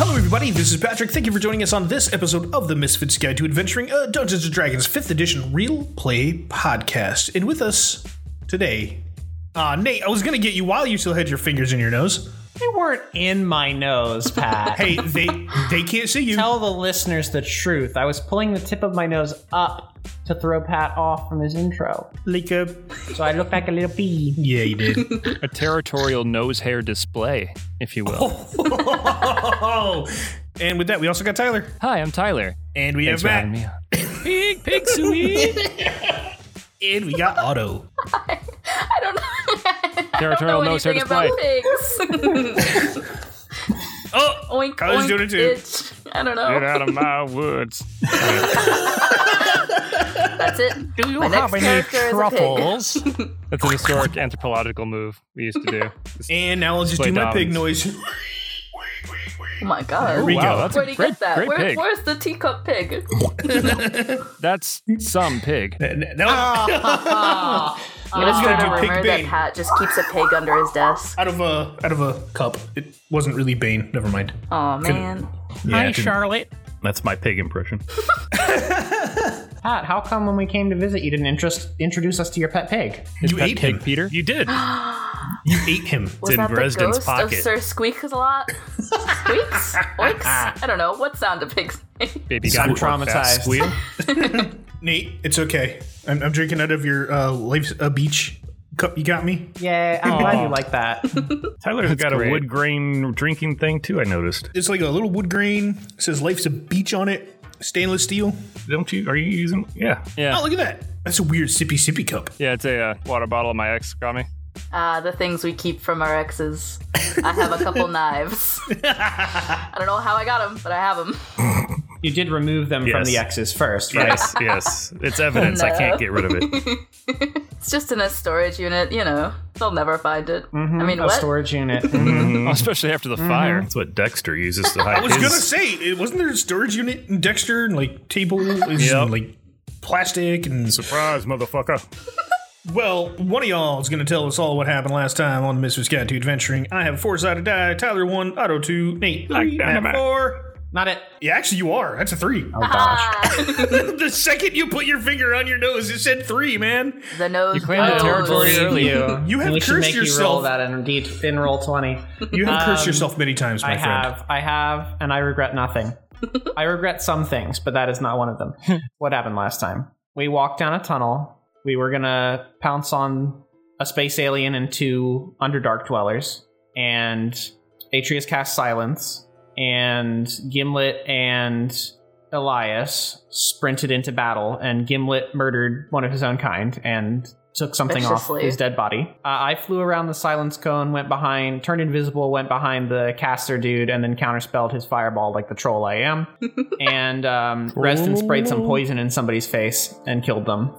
this is Patrick. Thank you for joining us on this episode of the Misfits Guide to Adventuring a Dungeons and Dragons 5th Edition Real Play Podcast. And with us today, uh, Nate, I was going to get you while you still had your fingers in your nose. They weren't in my nose, Pat. Hey, they they can't see you. Tell the listeners the truth. I was pulling the tip of my nose up to throw Pat off from his intro. Like a, So I look like a little pea. yeah, you did. A territorial nose hair display, if you will. oh, and with that, we also got Tyler, Hi, I'm Tyler. and we Thanks for have having Matt, me. Pig, pig, sweet. and we got Otto. I don't know. Territorial I don't know nose hair display. anything about pigs. Oh, oink, I was oink, doing it too. bitch. I Get don't know. out of my woods. That's it. Do you My next character is a pig. That's an historic anthropological move we used to do. and now I'll just Play do my pig Dobbins. noise. Oh my god. we wow, go. that's Where a do you great, get that? great Where, pig. Where's the teacup pig? That's some pig. no, I'm gonna gonna start do a pig rumor that bang. Pat just keeps a pig under his desk. out of a out of a cup. It wasn't really Bane. Never mind. Oh man. Yeah, it didn't- Charlotte. That's my pig impression. Pat, how come when we came to visit you didn't interest, introduce us to your pet pig? His You pet ate pig, him. Peter. You did. You ate him. Was in that the Dresden's ghost pocket. of Sir Squeaks a lot? Squeaks? Oinks? I don't know. What sound do pigs make? Baby I'm got traumatized. Squeal. Nate, it's okay. I'm, I'm drinking out of your uh, life's a beach cup. You got me. Yeah, I'm glad you like that. Tyler's got great. a wood grain drinking thing too. I noticed. It's like a little wood grain. It says life's a beach on it. Stainless steel. Don't you? Are you using? Yeah. Oh, look at that. That's a weird sippy sippy cup. Yeah, it's a uh, water bottle my ex got me. Ah, the things we keep from our exes. I have a couple knives. I don't know how I got them, but I have them. You did remove them from Yes. the X's first, right? Yes. yes. It's evidence. I can't get rid of it. It's just in a storage unit, you know. They'll never find it. I mean, A what? storage unit. Mm-hmm. Oh, especially after the fire. That's what Dexter uses to hide I was his. gonna say, it wasn't there a storage unit in Dexter and like table and Yep. like plastic and Surprise, motherfucker! well, one of y'all is gonna tell us all what happened last time on Mrs. Cat to Adventuring. I have a four sided die, Tyler one, Otto two, Nate three, dynamite. Matt four. Not it. Yeah, actually you are. That's a three. Ah, the second you put your finger on your nose, it said three, man. the nose. You claimed the blows. territory early. You have Oh, we should cursed make you roll yourself. that in, D- in roll 20. You have cursed Um, yourself many times, my I friend. have, I have, and I regret nothing. I regret some things, but that is not one of them. what happened last time? We walked down a tunnel. We were gonna pounce on a space alien and two underdark dwellers, and Atreus cast silence, and Gimlet and Elias sprinted into battle, and Gimlet murdered one of his own kind, and took something off Viciously. his dead body. Uh, I flew around the silence cone, went behind, turned invisible, went behind the caster dude, and then counterspelled his fireball like the troll I am. and um, Reston sprayed some poison in somebody's face and killed them.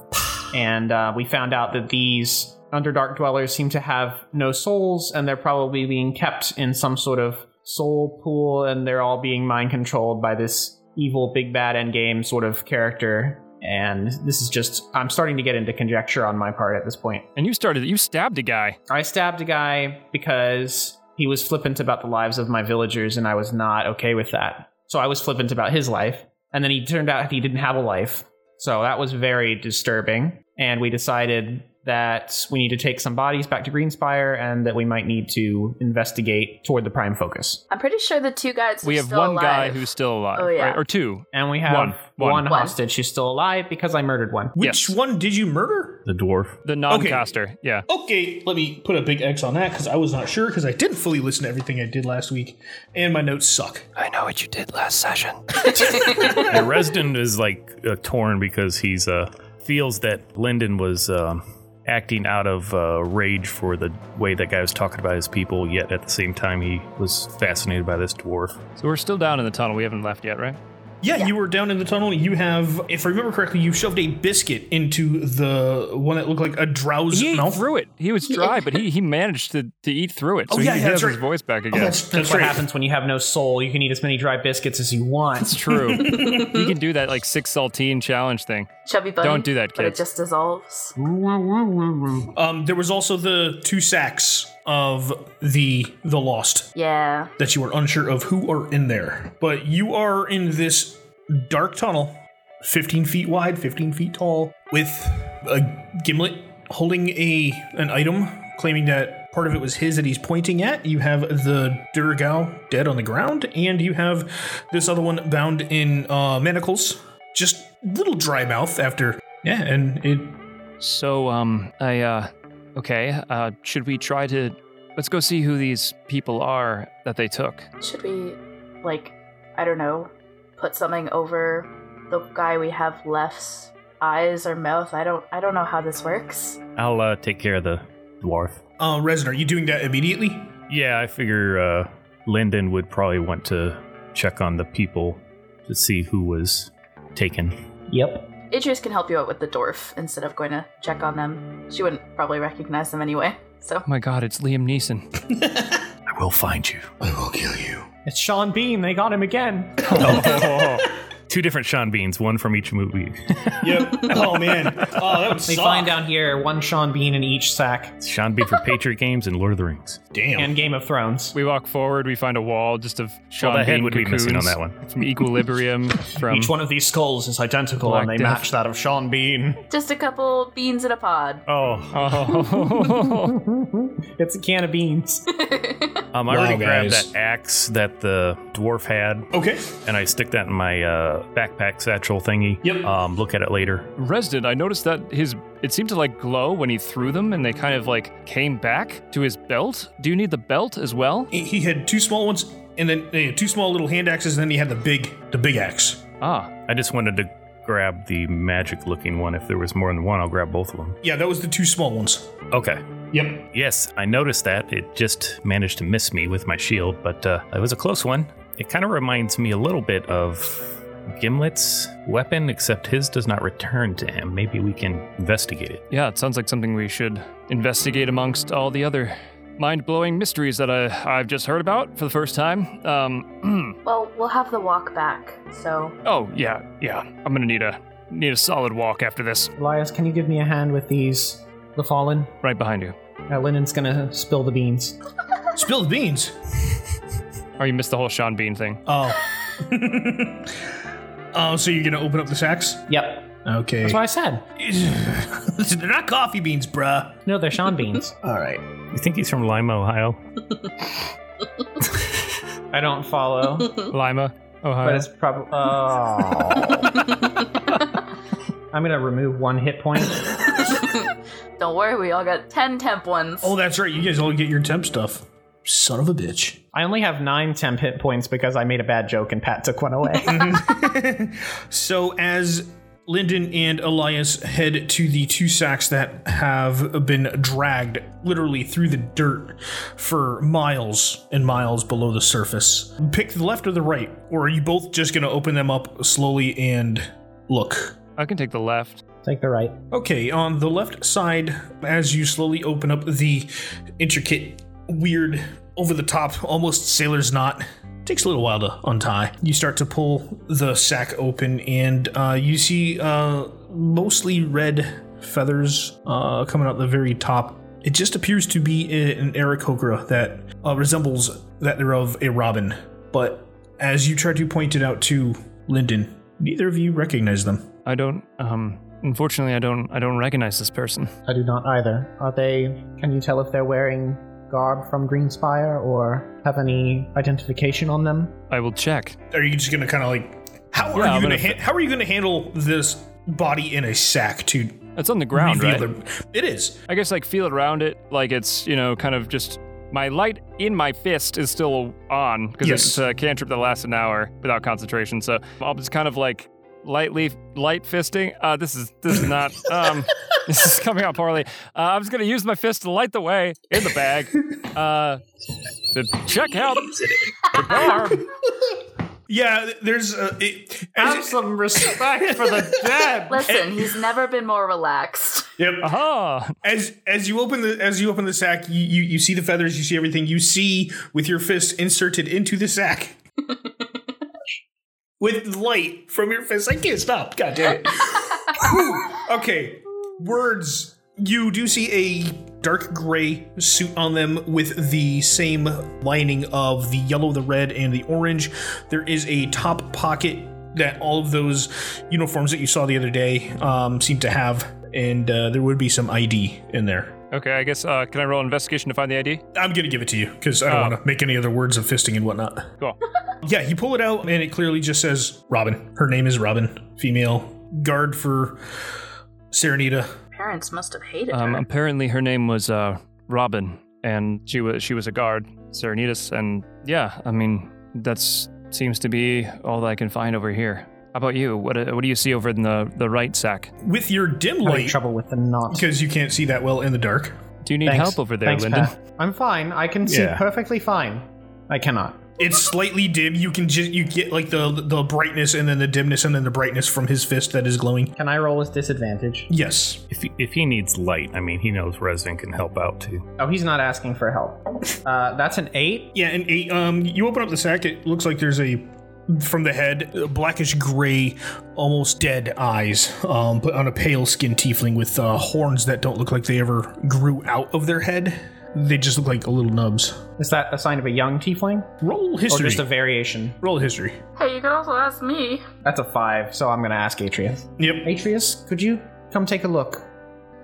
And uh, we found out that these Underdark dwellers seem to have no souls, and they're probably being kept in some sort of soul pool, and they're all being mind controlled by this evil big bad endgame sort of character. And this is just, I'm starting to get into conjecture on my part at this point. And you started You stabbed a guy. I stabbed a guy because he was flippant about the lives of my villagers, and I was not okay with that. So I was flippant about his life. And then he turned out he didn't have a life. So that was very disturbing. And we decided that we need to take some bodies back to Greenspire and that we might need to investigate toward the prime focus. I'm pretty sure the two guys. We are have still one guy alive. who's still alive. Oh, yeah. right? Or two. And we have One. one, One. One. hostage who's still alive because I murdered one. Which yes. one did you murder? The dwarf. The non caster. Yeah. Okay, let me put a big X on that because I was not sure because I didn't fully listen to everything I did last week, and my notes suck. I know what you did last session. Yeah, Resden is like uh, torn because he's uh feels that Lyndon was um acting out of uh, rage for the way that guy was talking about his people. Yet at the same time, he was fascinated by this dwarf. So we're still down in the tunnel. We haven't left yet, right? Yeah, you were down in the tunnel. You have, if I remember correctly, you shoved a biscuit into the one that looked like a drowsy He ate mouth. through it. He was dry, but he, he managed to, to eat through it. So Oh, yeah, he yeah, that's has his right. voice back Oh, again. That's, That's that's what right. happens when you have no soul. You can eat as many dry biscuits as you want. It's true. you can do that like six saltine challenge thing. Chubby bunny. Don't do that, But it kids. just dissolves. Um, there was also the two sacks of the the lost Yeah. that you are unsure of who are in there. But you are in this dark tunnel, 15 feet wide, 15 feet tall, with a gimlet holding a an item, claiming that part of it was his that he's pointing at. You have the Durgao dead on the ground, and you have this other one bound in uh, manacles, just little dry mouth after. Yeah, and it So, um, I, uh, okay, uh, should we try to. Let's go see who these people are that they took. Should we, like, I don't know, put something over the guy we have left's eyes or mouth? I don't. I don't know how this works. I'll uh, take care of the dwarf. uh, Resin, are you doing that immediately? Yeah, I figure uh, Lyndon would probably want to check on the people to see who was taken. Yep. Idris can help you out with the dwarf instead of going to check on them. She wouldn't probably recognize them anyway. So Oh my god, it's Liam Neeson. I will find you. I will kill you. It's Sean Bean. They got him again. Two different Sean Beans, one from each movie. Yep. oh man. Oh, that would They suck. find down here one Sean Bean in each sack. Sean Bean for Patriot Games and Lord of the Rings. Damn. And Game of Thrones. we walk forward, we find a wall just of Sean Well, the head Bean would be missing on cocoons that one. From Equilibrium, from. Each one of these skulls is identical, Black and they Death. match that of Sean Bean. just a couple beans in a pod. Oh, Oh. it's a can of beans. um, I already Wow, grabbed guys. that axe that the dwarf had, Okay. and I stick that in my uh, backpack satchel thingy. Yep. Um, look at it later. Resden, I noticed that his. It seemed to like glow when he threw them and they kind of like came back to his belt. Do you need the belt as well? He- He had two small ones, and then uh, two small little hand axes, and then he had the big, the big axe. Ah, I just wanted to grab the magic-looking one. If there was more than one, I'll grab both of them. Yeah, that was the two small ones. Okay. Yep. Yes, I noticed that. It just managed to miss me with my shield, but uh, it was a close one. It kind of reminds me a little bit of Gimlet's weapon, except his does not return to him. Maybe we can investigate it. yeah, it sounds like something we should investigate amongst all the other mind blowing mysteries that I, I've just heard about for the first time. Um, well, we'll have the walk back. So oh, yeah, yeah. I'm gonna need a. Need a solid walk after this. Elias, can you give me a hand with these? The fallen. Right behind you. Uh, Lennon's gonna spill the beans. Spilled beans. Oh, you missed the whole Sean Bean thing. Oh. Oh, so you're gonna open up this axe? Yep. Okay. That's what I said. They're not coffee beans, bruh. No, they're Sean Beans. All right. You think he's from Lima, Ohio? I don't follow, Lima, but Ohio. it's probably. Oh. I'm gonna remove one hit point. don't worry, we all got ten temp ones. Oh, that's right. You guys all get your temp stuff. Son of a bitch. I only have nine temp hit points because I made a bad joke and Pat took one away. So as Lyndon and Elias head to the two sacks that have been dragged literally through the dirt for miles and miles below the surface, pick the left or the right, or are you both just going to open them up slowly and look? I can take the left. Take the right. Okay, on the left side, as you slowly open up the intricate, weird, over the top, almost sailor's knot, takes a little while to untie. You start to pull the sack open, and uh, you see uh, mostly red feathers uh, coming out the very top. It just appears to be a- an Aarakocra that uh, resembles that thereof a robin. But as you try to point it out to Lyndon, neither of you recognize them. I don't. Um. Unfortunately, I don't. I don't recognize this person. I do not either. Are they? Can you tell if they're wearing garb from Greenspire or have any identification on them? I will check. are you just gonna kind of like how are Yeah, you I'm gonna, gonna han- how are you gonna handle this body in a sack to It's on the ground, reveal right? their- it is I guess like feel around it, like it's you know kind of just my light in my fist is still on because Yes. it's a cantrip that lasts an hour without concentration. So I'll just kind of like lightly light fisting. Uh, this is this is not um, this is coming out poorly. Uh, I'm just gonna use my fist to light the way in the bag uh, to check out the bar. yeah there's uh, it, Have some respect for the dead. Listen, he's never been more relaxed. yep. Aha! as as you open the as you open the sack you, you you see the feathers you see everything you see with your fist inserted into the sack with light from your fist I can't stop god damn it Whew. okay words You do see a dark gray suit on them with the same lining of the yellow, the red, and the orange. There is a top pocket that all of those uniforms that you saw the other day um, seem to have, and uh, there would be some ID in there. Okay, I guess uh, can I roll investigation to find the ID? I'm gonna give it to you because I don't Oh. want to make any other words of fisting and whatnot. Cool. Yeah, you pull it out, and it clearly just says Robin. Her name is Robin, female guard for Serenita. Parents must have hated Um, her. apparently, her name was uh, Robin, and she was she was a guard, Serenitas, and yeah, I mean that seems to be all that I can find over here. How about you? What uh, what do you see over in the the right sack? With your dim Having light, trouble with the knot. because you can't see that well in the dark. Do you need Thanks. help over there, Thanks, Lyndon? Pat. I'm fine. I can see Yeah. perfectly fine. I cannot. It's slightly dim. You can just you get like the the brightness and then the dimness and then the brightness from his fist that is glowing. Can I roll with disadvantage? Yes. If he, if he needs light, I mean, he knows Resident can help out too. Oh, he's not asking for help. Uh, that's an eight. Yeah, and a, um, you open up the sack. It looks like there's a from the head uh, blackish gray, almost dead eyes, um, but on a pale skin tiefling with uh, horns that don't look like they ever grew out of their head. They just look like little nubs. Is that a sign of a young tiefling? Roll Or history. just a variation? Roll history. hey, you could also ask me. That's a five, so I'm going to ask Atreus. Yep. Atreus, could you come take a look?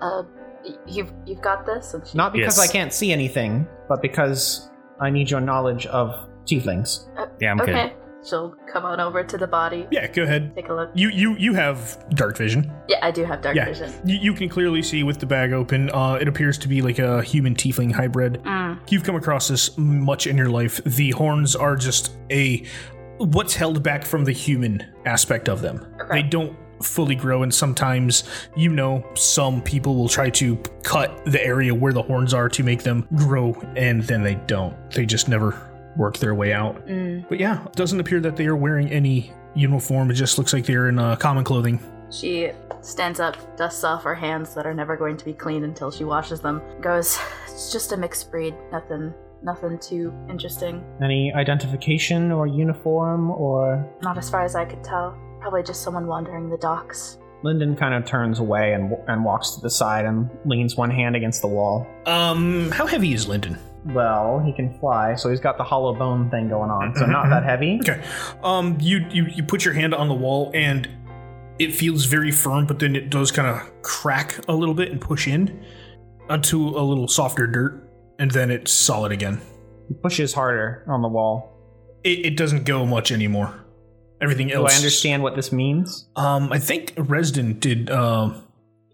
Uh, y- you've you've got this. And she, Not because Yes. I can't see anything, but because I need your knowledge of tieflings. Yeah, I'm kidding. okay. She'll come on over to the body. Yeah. Go ahead. Take a look. You you you have dark vision. Yeah, I do have dark Yeah. vision. You, you can clearly see with the bag open. Uh, it appears to be like a human tiefling hybrid. Mm. You've come across this much in your life. The horns are just a what's held back from the human aspect of them. Okay. They don't fully grow, and sometimes, you know, some people will try to cut the area where the horns are to make them grow, and then they don't. They just never work their way out. Mm. But yeah, it doesn't appear that they are wearing any uniform. It just looks like they're in uh, common clothing. She stands up, dusts off her hands that are never going to be clean until she washes them. Goes, it's just a mixed breed. Nothing, nothing too interesting. Any identification or uniform or. Not as far as I could tell. Probably just someone wandering the docks. Lyndon kind of turns away and, and walks to the side and leans one hand against the wall. Um, how heavy is Lyndon? Well, he can fly, so he's got the hollow bone thing going on, so not that heavy. Okay. Um, you, you you put your hand on the wall and it feels very firm, but then it does kind of crack a little bit and push in onto a little softer dirt, and then it's solid again. He pushes harder on the wall. It, it doesn't go much anymore. Everything Do else. I understand what this means? Um, I think Resden did um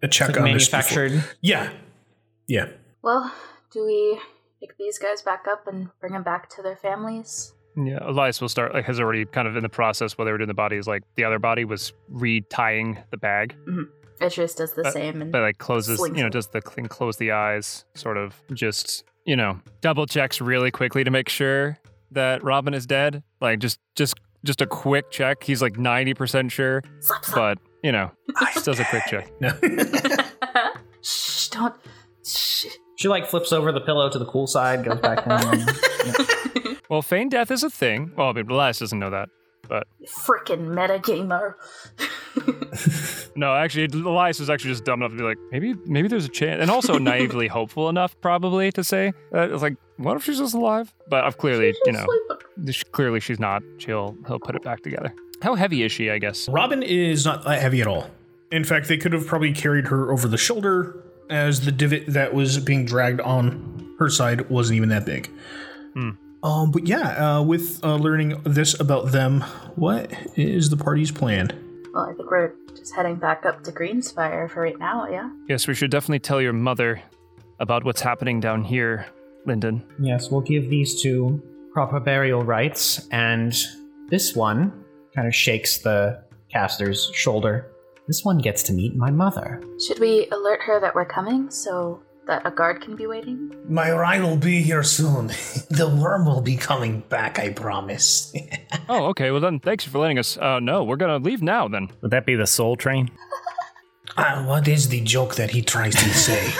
a check It's on like this. before. manufactured. Yeah. Yeah. Well, do we pick these guys back up and bring them back to their families? Yeah, Elias will start. Like, has already kind of in the process while they were doing the bodies. Like the other body was retying the bag, Atreus does Uh, the same, and but like closes, Slings you know, it. does the clean, close the eyes, sort of just you know, double checks really quickly to make sure that Robin is dead. Like just just just a quick check. He's like ninety percent sure, slap slap. but you know, just does a quick check. No. Shh! Don't. Shh. She like flips over the pillow to the cool side, goes back down. Well, feigned death is a thing. Well, I mean, Elias doesn't know that. Frickin' metagamer. No, actually, Elias was actually just dumb enough to be like, maybe, maybe there's a chance, and also naively hopeful enough, probably to say, uh, it's like, what if she's just alive? But I've clearly, you know, sh- clearly she's not. She'll he'll put it back together. How heavy is she? I guess. Robin is not that heavy at all. In fact, they could have probably carried her over the shoulder as the divot that was being dragged on her side wasn't even that big. Um, but yeah, uh, with uh, learning this about them, what is the party's plan? Well, I think we're just heading back up to Greenspire for right now, yeah? Yes, we should definitely tell your mother about what's happening down here, Lyndon. yes, we'll give these two proper burial rites, and this one kind of shakes the caster's shoulder. This one gets to meet my mother. Should we alert her that we're coming so that a guard can be waiting? My ride will be here soon. The worm will be coming back, I promise. Oh, okay. Well then, thanks for letting us. Uh, no, we're gonna leave now then. Would that be the Soul Train? Ah, what is the joke that he tries to say?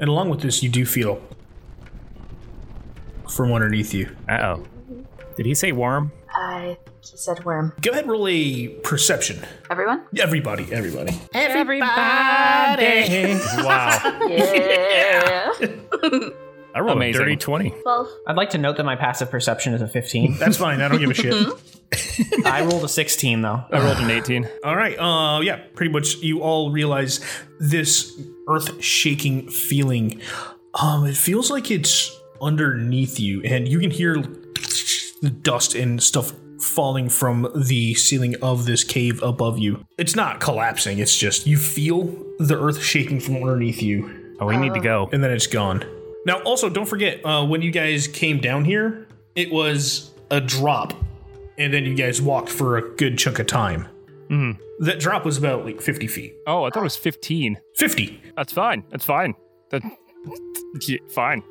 And along with this, you do feel from underneath you. Uh oh. Did he say worm? I He said worm. Go ahead, roll a perception. Everyone? Everybody, everybody. Everybody. Wow. Yeah. I rolled Amazing. a dirty 20. Twelve. I'd like to note that my passive perception is a 15. That's fine. I don't give a shit. I rolled a 16 though. I rolled an 18. All right. Uh, yeah. Pretty much, you all realize this earth-shaking feeling. Um, it feels like it's underneath you, and you can hear the dust and stuff falling from the ceiling of this cave above you. It's not collapsing. It's just you feel the earth shaking from underneath you. Oh, we need to go. and then it's gone. Now, also, don't forget uh, when you guys came down here, it was a drop, and then you guys walked for a good chunk of time. That drop was about like fifty feet. Oh, I thought it was 15. Fifty. That's fine. That's fine. That, yeah, fine.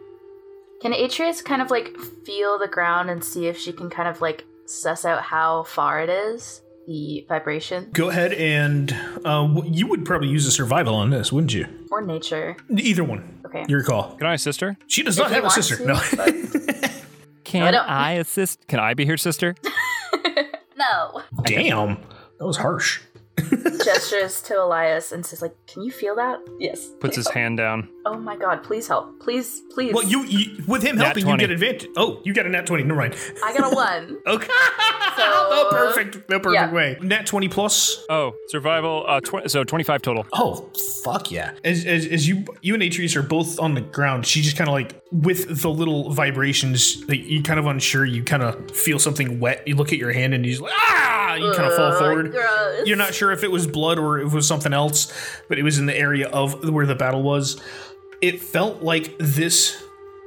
Can Atreus kind of like feel the ground and see if she can kind of like suss out how far it is? The vibration Go ahead and uh, w- you would probably use a survival on this, wouldn't you? or nature? Either one. Okay. Your call. Can I assist her? She does If not you have a want sister. to, No. Can don't- I assist? Can I be her sister? no. Damn. That was harsh. Gestures to Elias and says like, "Can you feel that?" Yes. Puts his hand down. Oh my God! Please help! Please, please. Well, you, you with him Nat helping, you 20. get advantage. Oh, you got a nat twenty. Never mind. I got a one. Okay. the So- perfect, the perfect Yeah. way. Nat twenty plus. Oh, survival. Uh, tw- so 25 total. Oh fuck yeah! As, as, as you you and Atreus are both on the ground, she just kind of like with the little vibrations that you kind of unsure. You kind of feel something wet. You look at your hand and you just like ah! You kind of fall Ugh, forward. gross. You're not sure if it was blood or if it was something else, but it was in the area of where the battle was. It felt like this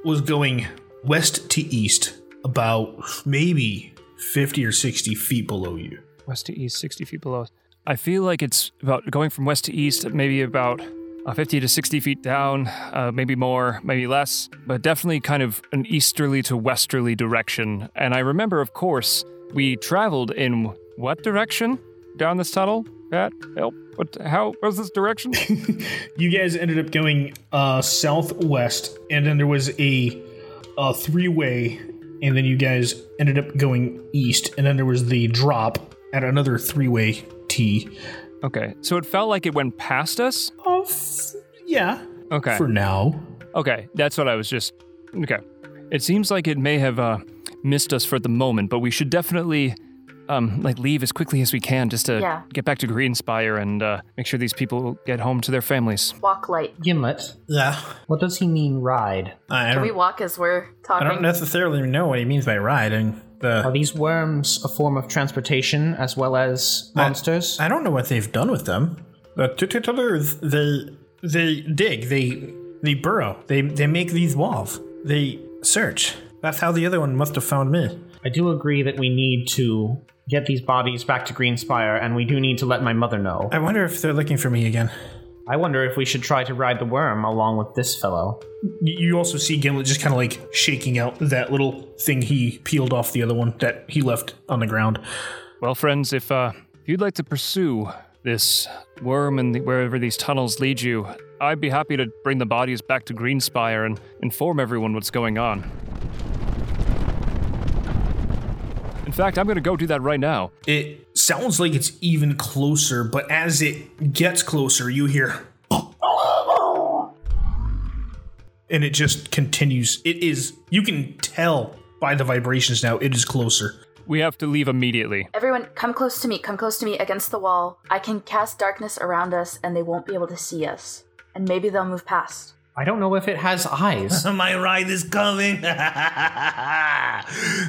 was going west to east, about maybe fifty or sixty feet below you. West to east, 60 feet below us. I feel like it's about going from west to east, maybe about uh, 50 to 60 feet down, uh, maybe more, maybe less, but definitely kind of an easterly to westerly direction. And I remember, of course, we traveled in what direction down this tunnel? That help? What? How was this direction? you guys ended up going uh, southwest, and then there was a, a three way, and then you guys ended up going east, and then there was the drop at another three way T. okay, so it felt like it went past us. Oh, f- yeah. Okay. For now. Okay, that's what I was just. Okay. It seems like it may have uh, missed us for the moment, but we should definitely um, like leave as quickly as we can just to Yeah. get back to Greenspire and uh, make sure these people get home to their families. walk light. Gimlet. Yeah. What does he mean ride? I Can we walk as we're talking? necessarily know what he means by ride. I mean, Are the these worms a form of transportation as well as monsters? I don't know what they've done with them. But they they dig, they they burrow, they they make these walls, they search. That's how the other one must have found me. I do agree that we need to get these bodies back to Greenspire, and we do need to let my mother know. I wonder if they're looking for me again. I wonder if we should try to ride the worm along with this fellow. You also see Gimlet just kind of like shaking out that little thing he peeled off the other one that he left on the ground. Well, friends, if, uh, if you'd like to pursue this worm and the, wherever these tunnels lead you, I'd be happy to bring the bodies back to Greenspire and inform everyone what's going on. In fact, I'm going to go do that right now. It sounds like it's even closer, but as it gets closer, you hear. And it just continues. It is. You can tell by the vibrations now, it is closer. We have to leave immediately. Everyone, come close to me. Come close to me against the wall. I can cast darkness around us, and they won't be able to see us. And maybe they'll move past. I don't know if it has eyes. My ride is coming.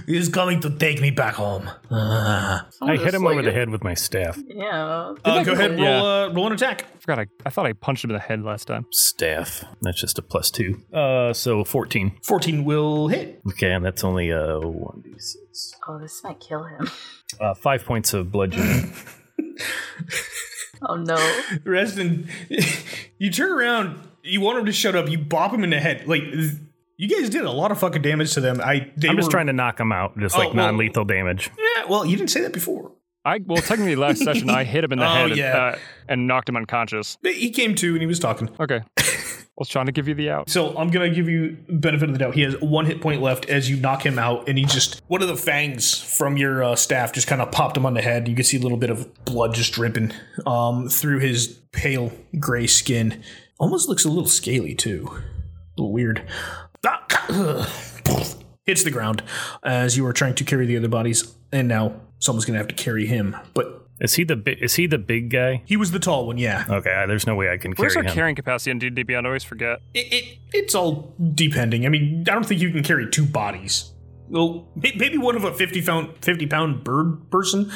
He's coming to take me back home. I hit him over the Um, head with my staff. Yeah. Uh, go ahead, roll, Yeah. uh, roll an attack. I forgot. I, I thought I punched him in the head last time. Staff. That's just a plus two. Uh, so 14. 14 will hit. Okay, and that's only uh 1d6. Oh, this might kill him. Uh, five points of bludgeoning. Oh no. Resden, you turn around, you want him to shut up, you bop him in the head. Like, th- you guys did a lot of fucking damage to them. I, they I'm just were- trying to knock him out, just Oh, like well- non-lethal damage. Yeah, well, you didn't say that before. I well, technically last session I hit him in the Oh, head yeah. uh, and knocked him unconscious. But he came to and he was talking. Okay. was trying to give you the out. So I'm gonna give you benefit of the doubt. He has one hit point left as you knock him out, and he just one of the fangs from your uh, staff just kind of popped him on the head. You can see a little bit of blood just dripping um, through his pale gray skin. Almost looks a little scaly too. A little weird. Ah, Hits the ground as you are trying to carry the other bodies, and now someone's gonna have to carry him. But Is he the bi- is he the big guy? he was the tall one, yeah. Okay, I- there's no way I can Where's our carry him. carrying capacity on DDB? I always forget. it, it it's all depending. I mean, I don't think you can carry two bodies. Well, may- maybe one of a fifty pound fifty pound bird person.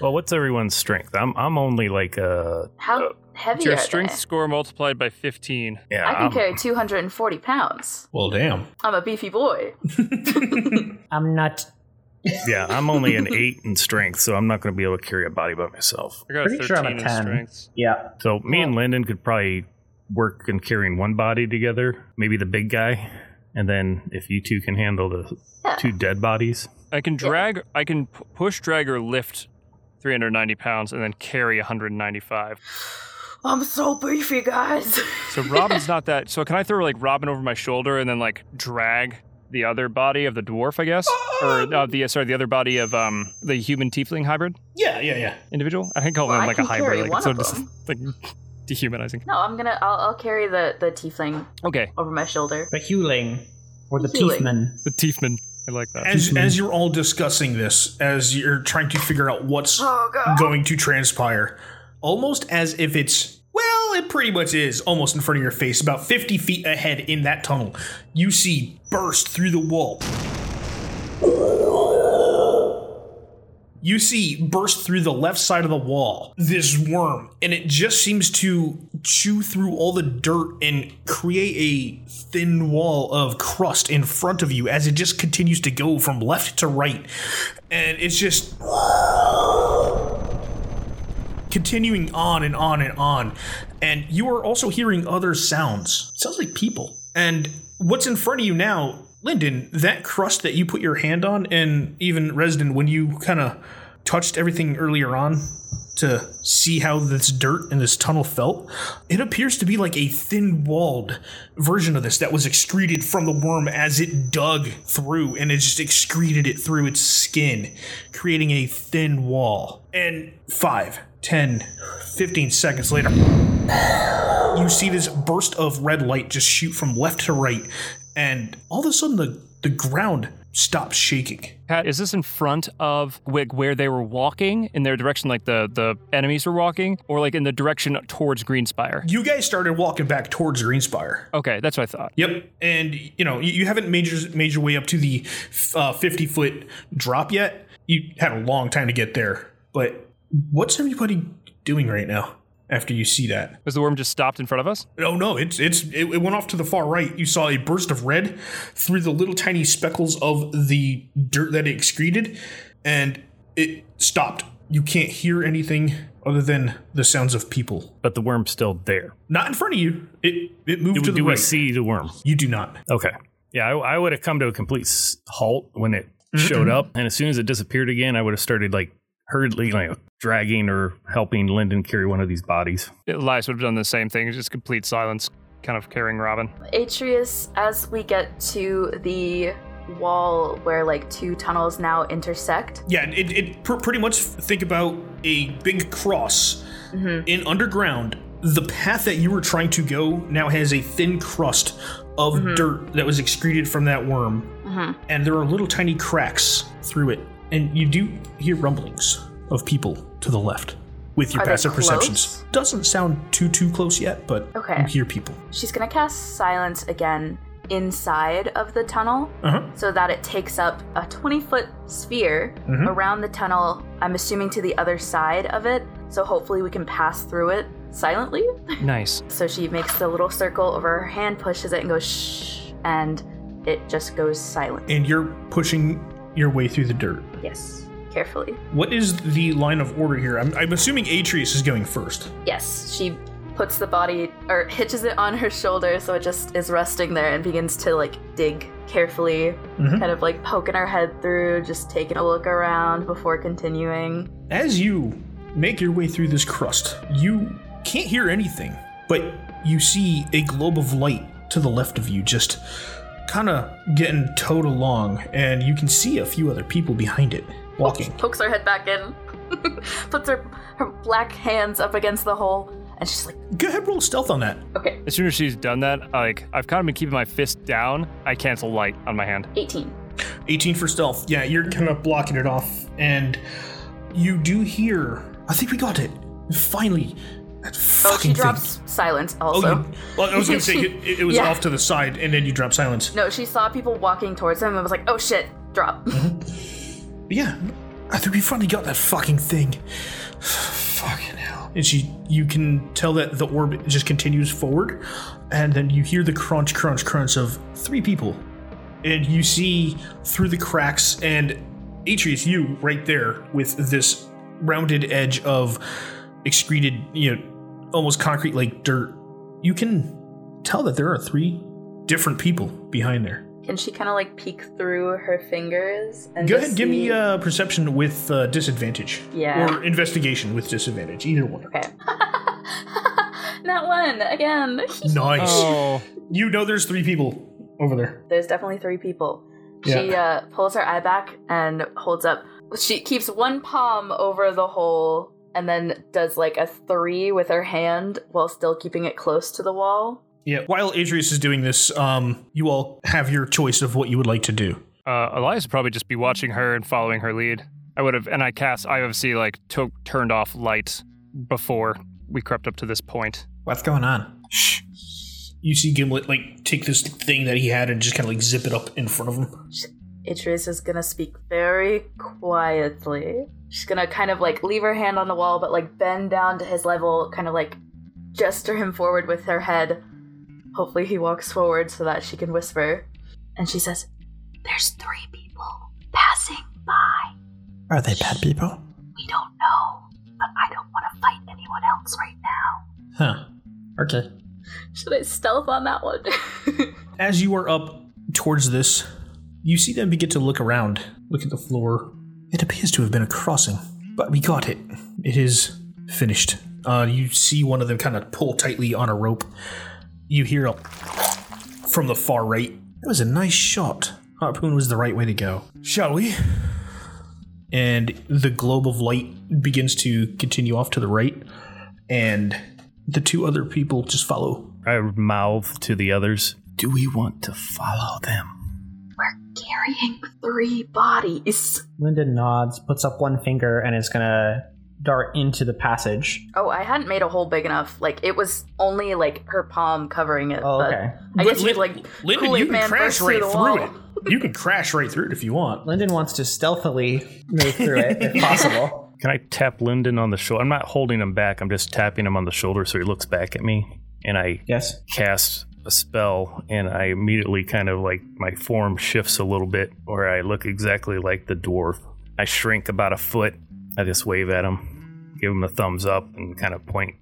well, what's everyone's strength? I'm I'm only like uh How heavy Your are strength they? score multiplied by 15. yeah. I can I'm- carry 240 pounds. Well, damn. I'm a beefy boy. I'm not. Yeah, I'm only an eight in strength, so I'm not going to be able to carry a body by myself. I got a Pretty 13 sure I'm a in 10. strength. Yeah. So me and Lyndon could probably work in carrying one body together, maybe the big guy, and then if you two can handle the Yeah. two dead bodies. I can drag, I can p- push, drag, or lift 390 pounds and then carry 195. I'm so beefy, guys. So Robin's not that. So can I throw like Robin over my shoulder and then like drag the other body of the dwarf, I guess, or uh, the sorry, the other body of um the human tiefling hybrid Yeah, yeah, yeah. individual? I can call Well, them I like a can carry hybrid, like it's so one of just like dehumanizing. No, I'm gonna. I'll, I'll carry the the tiefling Okay, over my shoulder. The Hewling. Or the Hewling. Teethman. the tiefman. I like that. As as you're all discussing this, as you're trying to figure out what's Oh god. going to transpire, almost as if it's well, it pretty much is almost in front of your face, about fifty feet ahead in that tunnel. You see burst through the wall. you see burst through the left side of the wall this worm and it just seems to chew through all the dirt and create a thin wall of crust in front of you as it just continues to go from left to right and it's just continuing on and on and on and you are also hearing other sounds sounds like people and what's in front of you now Lyndon, that crust that you put your hand on, and even Resden, when you kind of touched everything earlier on to see how this dirt and this tunnel felt, it appears to be like a thin walled version of this that was excreted from the worm as it dug through and it just excreted it through its skin, creating a thin wall. And five, 10, 15 seconds later, you see this burst of red light just shoot from left to right, and all of a sudden the, the ground stops shaking. Pat, is this in front of like where they were walking in their direction, like the the enemies were walking, or like in the direction towards Greenspire? You guys started walking back towards Greenspire. Okay, that's what I thought. Yep, and you know you, you haven't made your, made your way up to the uh, fifty foot drop yet. You had a long time to get there, but what's everybody doing right now after you see that? Was the worm just stopped in front of us? Oh no, it's it's it, it went off to the far right. You saw a burst of red through the little tiny speckles of the dirt that it excreted, and it stopped. You can't hear anything other than the sounds of people. But the worm's still there. Not in front of you. It it moved Do, to the do we right. see the worm? you do not. Okay. Yeah, I, I would have come to a complete s- halt when it showed up, and as soon as it disappeared again, I would have started like hurriedly like dragging or helping Lyndon carry one of these bodies. Elias would have done the same thing, just complete silence, kind of carrying Robin. Um, Atreus, as we get to the wall where like two tunnels now intersect, Yeah, it, it pr- pretty much think about a big cross Mm-hmm. in underground. The path that you were trying to go now has a thin crust of Mm-hmm. dirt that was excreted from that worm, Uh-huh. and there are little tiny cracks through it. And you do hear rumblings of people to the left with your Are they passive perceptions. close? Doesn't sound too too close yet, but Okay. you hear people. she's gonna cast silence again inside of the tunnel Uh-huh. so that it takes up a 20 foot sphere around the tunnel, I'm assuming to the other side of it. So hopefully we can pass through it silently. Nice. So she makes the little circle over her hand, pushes it, and goes shh, and it just goes silent. And you're pushing your way through the dirt. Yes, carefully. What is the line of order here? I'm, I'm assuming Atreus is going first. Yes, she puts the body or hitches it on her shoulder so it just is resting there and begins to like dig carefully, Mm-hmm. kind of like poking her head through, just taking a look around before continuing. As you make your way through this crust, you can't hear anything, but you see a globe of light to the left of you, just kind of getting towed along, and you can see a few other people behind it walking. Pokes her head back in, puts her, her black hands up against the hole, and she's like, Go ahead, roll stealth on that. okay, As soon as she's done that, like I've kind of been keeping my fist down. I cancel light on my hand. 18. 18 for stealth. Yeah, you're kind of blocking it off, and you do hear. I think we got it. Finally, that Oh, fucking she thing. drops silence Oh, also. you- well, I was gonna say it, it was Yeah. off to the side, and then you drop silence. No, she saw people walking towards him and was like, oh shit, drop. Mm-hmm. But yeah, I think we finally got that fucking thing. fucking hell! And she, you can tell that the orb just continues forward, and then you hear the crunch, crunch, crunch of three people, and you see through the cracks and Atreus, you right there with this rounded edge of excreted, you know, almost concrete like dirt. You can tell that there are three different people behind there. Can she kind of like peek through her fingers and Go just ahead, give me see- uh, perception with uh, disadvantage. Yeah. Or investigation with disadvantage, either one. Okay. Not one again. Nice. Oh, You know there's three people over there. There's definitely three people. She uh, pulls her eye back and holds up. She keeps one palm over the hole and then does like a three with her hand while still keeping it close to the wall. Yeah. While Adrius is doing this, um, you all have your choice of what you would like to do. uh, Elias would probably just be watching her and following her lead. I would have, and I cast. I obviously like to- turned off light before we crept up to this point. What's going on? You see Gimlet like take this thing that he had and just kind of like zip it up in front of him. Idris is gonna speak very quietly. She's gonna kind of like leave her hand on the wall, but like bend down to his level, kind of like gesture him forward with her head. Hopefully, he walks forward so that she can whisper. And she says, There's three people passing by. Are they bad people? We don't know, but I don't want to fight anyone else right now. Huh. Okay. Should I stealth on that one? As you are up towards this, you see them begin to look around, look at the floor. It appears to have been a crossing, but we got it. It is finished. Uh, you see one of them kind of pull tightly on a rope. You hear a from the far right. That was a nice shot. Harpoon was the right way to go. Shall we? And the globe of light begins to continue off to the right, and the two other people just follow I mouth to the others, Do we want to follow them? Carrying three bodies. Linda nods, puts up one finger, and is gonna dart into the passage. Oh, I hadn't made a hole big enough. Like, it was only like her palm covering it. Oh, but- okay. I But guess you'd like Lyndon, Kool-Aid you can man crash burst right through, through the wall. it. You can crash right through it if you want. Lyndon wants to stealthily move through it if possible. Can I tap Lyndon on the shoulder? I'm not holding him back, I'm just tapping him on the shoulder so he looks back at me. And I Yes. cast a spell, and I immediately kind of like my form shifts a little bit, where I look exactly like the dwarf. I shrink about a foot. I just wave at him, give him the thumbs up, and kind of point.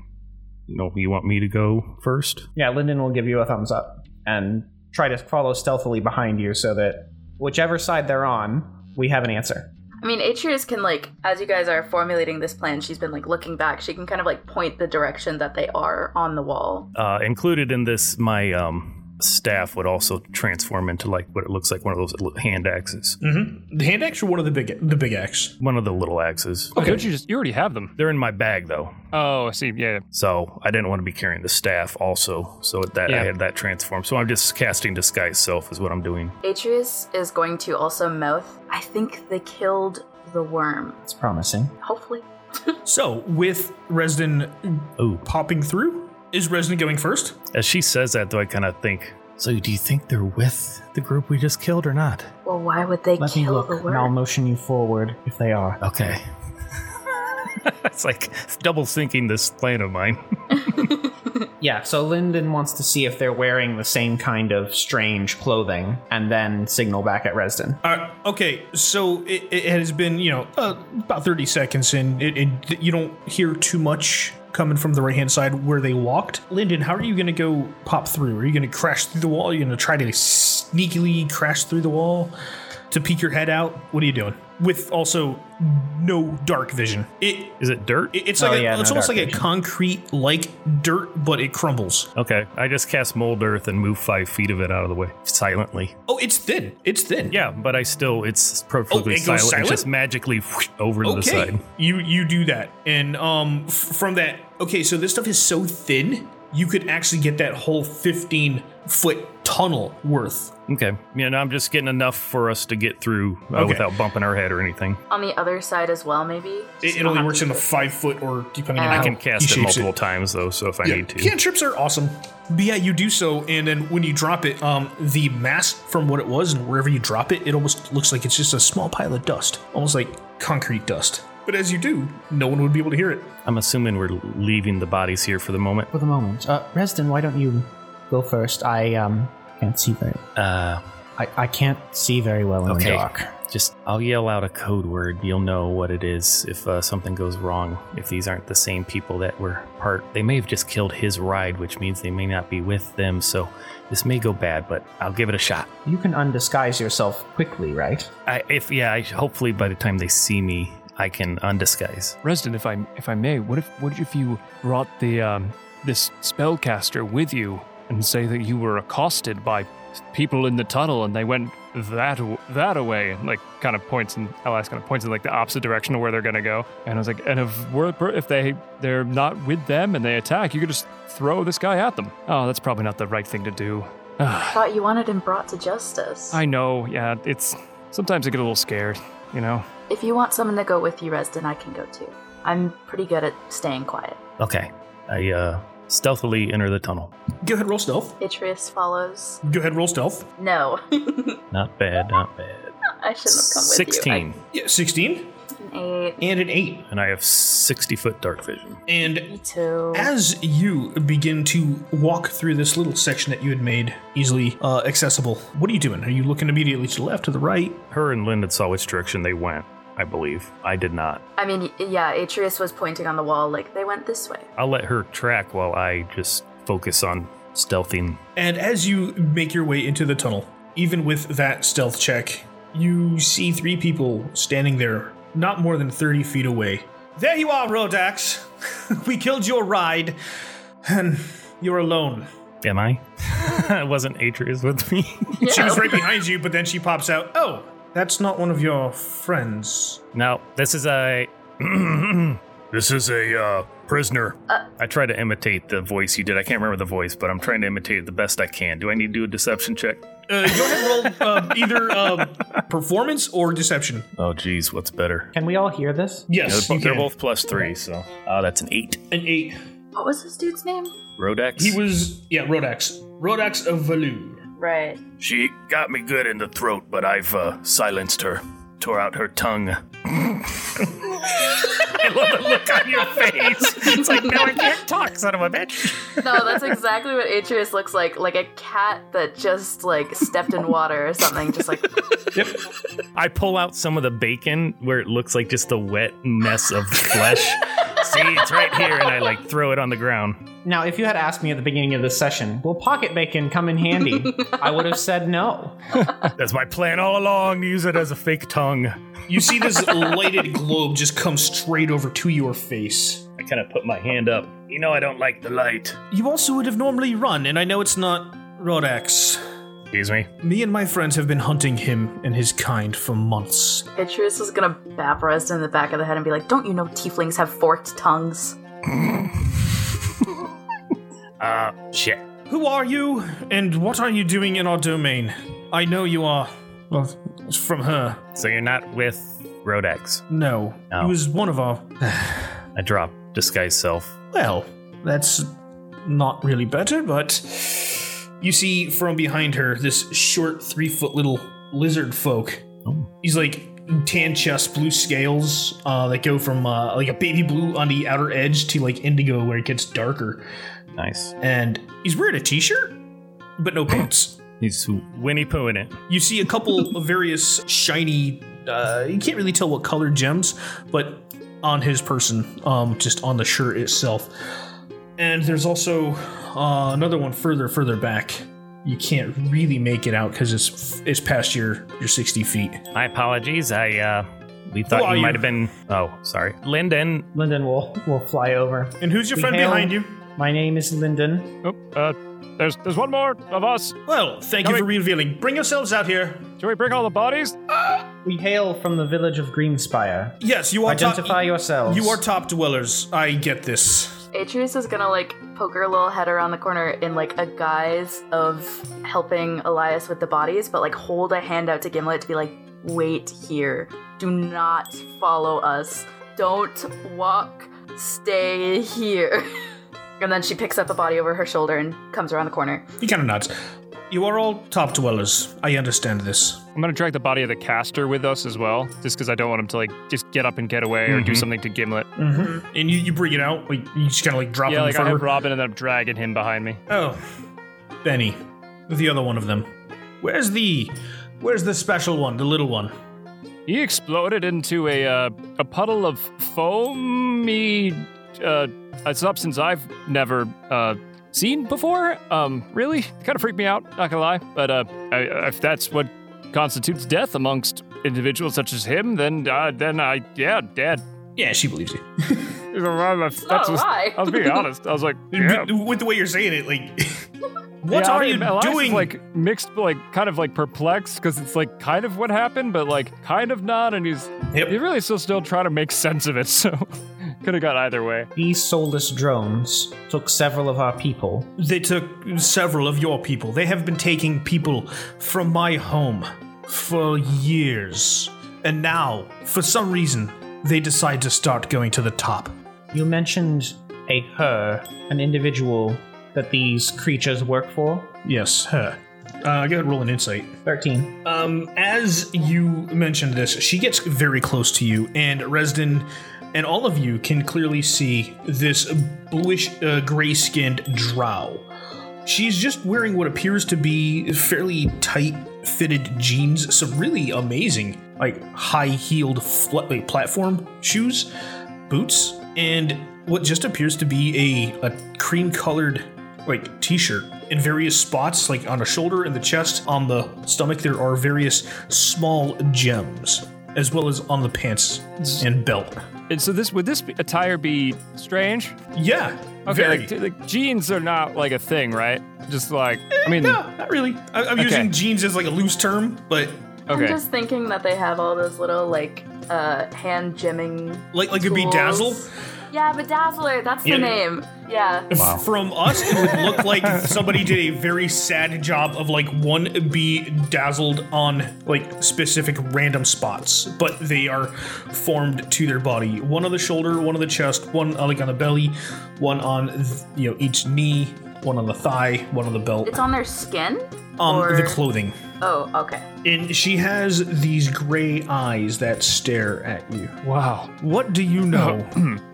You know, you want me to go first? Yeah, Lyndon will give you a thumbs up and try to follow stealthily behind you so that whichever side they're on, we have an answer. I mean, Atreus can like, as you guys are formulating this plan, she's been like looking back. She can kind of like point the direction that they are on the wall. Uh, included in this, my um, staff would also transform into like what it looks like one of those little hand axes, hmm Mm-hmm. The hand axe or one of the big the big axe. one of the little axes. Okay. Don't you just? You already have them. They're in my bag though, Oh, I see. Yeah. so I didn't want to be carrying the staff also. So that Yeah. I had that transform. So I'm just casting disguise self is what I'm doing. Atreus is going to also mouth, I think they killed the worm. It's promising. Hopefully. So with Resden Ooh. popping through, is Resden going first? As she says that though, I kind of think. So do you think they're with the group we just killed or not? Well, why would they Let me kill look, the and I'll worm? motion you forward if they are. Okay. it's like double thinking this plan of mine. Yeah, so Lyndon wants to see if they're wearing the same kind of strange clothing and then signal back at Resden. Uh, okay, so it, it has been you know uh, about thirty seconds, and it, it, you don't hear too much coming from the right hand side where they walked. Lyndon, how are you going to go pop through? Are you going to crash through the wall? Are you going to try to sneakily crash through the wall to peek your head out? What are you doing? with also no dark vision. It, Is it dirt? it- it's Oh, like a, yeah, no it's almost dark like a vision. concrete like dirt, but it crumbles. Okay, I just cast mold earth and move five feet of it out of the way silently. Oh, it's thin. It's thin. Yeah, but I still it's perfectly Oh, it goes silent. silent? It just magically whoosh over to the Okay. side. You you do that, and um f- from that. Okay, so this stuff is so thin, you could actually get that whole fifteen foot tunnel worth. Okay, yeah, no, I'm just getting enough for us to get through uh, Okay. without bumping our head or anything. On the other side as well, maybe. It, it only works in a five foot or depending on I how I can he cast it shapes multiple times though, so if I need to. Cantrips are awesome. But yeah, you do so, and then when you drop it, um, the mass from what it was and wherever you drop it, it almost looks like it's just a small pile of dust, almost like concrete dust. But as you do, no one would be able to hear it. I'm assuming we're leaving the bodies here for the moment. For the moment, uh, Resden, why don't you go first? I um can't see very. Uh, I, I can't see very well in the Okay. dark. just I'll yell out a code word. You'll know what it is if uh, something goes wrong. If these aren't the same people that were part, they may have just killed his ride, which means they may not be with them. So this may go bad, but I'll give it a shot. You can undisguise yourself quickly, right? I, if yeah, I, hopefully by the time they see me, I can undisguise. Resident, if I if I may, what if what if you brought the um, this spellcaster with you and say that you were accosted by people in the tunnel and they went that w- that away and like kind of points and LS kind of points in like the opposite direction of where they're gonna go. And I was like, and if we're, if they they're not with them and they attack, you could just throw this guy at them. Oh, that's probably not the right thing to do. I thought you wanted him brought to justice. I know. Yeah, it's sometimes I get a little scared, you know. If you want someone to go with you, Resden, I can go too. I'm pretty good at staying quiet. Okay, I uh, stealthily enter the tunnel. Go ahead, roll stealth. Atreus follows. Go ahead, roll stealth. No, Not bad, not bad. I shouldn't have come with Sixteen, you. Yeah, 16 Sixteen. Eight. and an 8. and I have sixty foot dark vision. And Me too. As you begin to walk through this little section that you had made easily uh, accessible, what are you doing? Are you looking immediately to the left, to the right? Her and Lyndon saw which direction they went. I believe I did not. I mean, y- yeah, Atreus was pointing on the wall like they went this way. I'll let her track while I just focus on stealthing. And as you make your way into the tunnel, even with that stealth check, you see three people standing there, not more than 30 feet away. There you are, Rodax. we killed your ride, and you're alone. Am I? Wasn't Atreus with me? She was right behind you, but then she pops out. Oh, that's not one of your friends. no, this is a. this is a uh, prisoner. I try to imitate the voice you did. I can't remember the voice, but I'm trying to imitate it the best I can. Do I need to do a deception check? Uh, go ahead and roll uh, either uh, performance or deception. Oh, geez, what's better? Can we all hear this? They're, Yes, bo- you they're can. both plus three, so uh, that's an eight. an eight. What was this dude's name? Rodex. He was yeah, Rodax. Rodax of Valu. Right. she got me good in the throat, but I've uh, silenced her. Tore out her tongue. I love the look on your face. It's like now I can't talk, son of a bitch. No, that's exactly what Atreus looks like, like a cat that just like stepped in water or something, just like I pull out some of the bacon where it looks like just the wet mess of flesh. See, it's right here, and I like throw it on the ground. Now, if you had asked me at the beginning of this session, will pocket bacon come in handy? I would have said no. That's my plan all along. Use it as a fake tongue. You see this lighted globe just come straight over to your face. I kind of put my hand up. You know I don't like the light. You also would have normally run, and I know it's not Rodax. Excuse me. Me and my friends have been hunting him and his kind for months. Atreus is gonna bap Resden in the back of the head and be like, Don't you know tieflings have forked tongues? Uh, shit. Who are you, and what are you doing in our domain? I know you are. Well, from her. So you're not with Rodex. No. No. He was one of our I drop disguise self. Well, that's not really better, but you see from behind her this short three foot little lizard folk. Oh. He's like tan chest, blue scales uh, that go from uh, like a baby blue on the outer edge to like indigo where it gets darker. Nice. And he's wearing a t shirt, but no pants. He's Winnie Poohing it. You see a couple of various shiny, uh, you can't really tell what colored gems, but on his person, um, just on the shirt itself. And there's also uh, another one further, further back. You can't really make it out because it's it's past your your 60 feet. My apologies. I uh, We thought are you you? might have been. Oh, sorry, Linden. Lyndon will will fly over. And who's your We friend hail- behind you? My name is Lyndon. Oh, uh, there's there's one more of us. Well, thank you Coming. for revealing. Bring yourselves out here. Should we bring all the bodies? We hail from the village of Greenspire. Yes, you are Identify top. yourselves. You are top dwellers. I get this. Atreus is gonna like poke her little head around the corner in like a guise of helping Elias with the bodies, but like hold a hand out to Gimlet to be like, wait here. Do not follow us. Don't walk. Stay here. and then she picks up a body over her shoulder and comes around the corner. He kind of nods. You are all top dwellers. I understand this. I'm gonna drag the body of the caster with us as well, just because I don't want him to like just get up and get away or do something to Gimlet. Mm-hmm. And you, you bring it out. Like you just kind of like drop Yeah, him like in I have front Robin and then I'm dragging him behind me. of her. Oh, Benny, the other one of them. Where's the, where's the special one, the little one? He exploded into a uh, a puddle of foamy uh, a substance I've never uh, seen before. Um, really, kind of freaked me out. Not gonna lie, but uh, I, if that's what constitutes death amongst individuals such as him, then uh, then I yeah, dead. Yeah, she believes you. That's not a what- lie. I was being honest. I was like, yeah. With- With the way you're saying it, like, what Yeah, are I mean, you Elias is, doing? like mixed, like kind of like perplexed because it's like kind of what happened, but like kind of not, and he's Yep. he's really still still trying to make sense of it. So could have got either way. These soulless drones took several of our people. They took several of your people. They have been taking people from my home for years. And now, for some reason, they decide to start going to the top. You mentioned a her, an individual that these creatures work for. Yes, her. Uh, I gotta roll an insight. Thirteen. Um, as you mentioned this, she gets very close to you, and Resden and all of you can clearly see this bluish, uh, gray skinned drow. She's just wearing what appears to be fairly tight fitted jeans, some really amazing, like high heeled fl- like, platform shoes, boots, and what just appears to be a, a cream colored like t-shirt in various spots like on the shoulder and the chest on the stomach there are various small gems as well as on the pants and belt And so this would this be, attire be strange? yeah Okay, very like, t- like jeans are not like a thing, right? Just like I mean, no not really I, i'm Okay. using jeans as like a loose term but okay, I'm just thinking that they have all those little like uh hand gemming like like it'd be tools. dazzle Yeah, bedazzler, that's the Yeah. name. Yeah. from us it would look like somebody did a very sad job of like one be dazzled on like specific random spots but they are formed to their body one on the shoulder one on the chest one uh, like on the belly one on th- you know each knee one on the thigh one on the belt It's on their skin? on Um, the or- clothing Oh, okay. and she has these gray eyes that stare at you wow. what do you know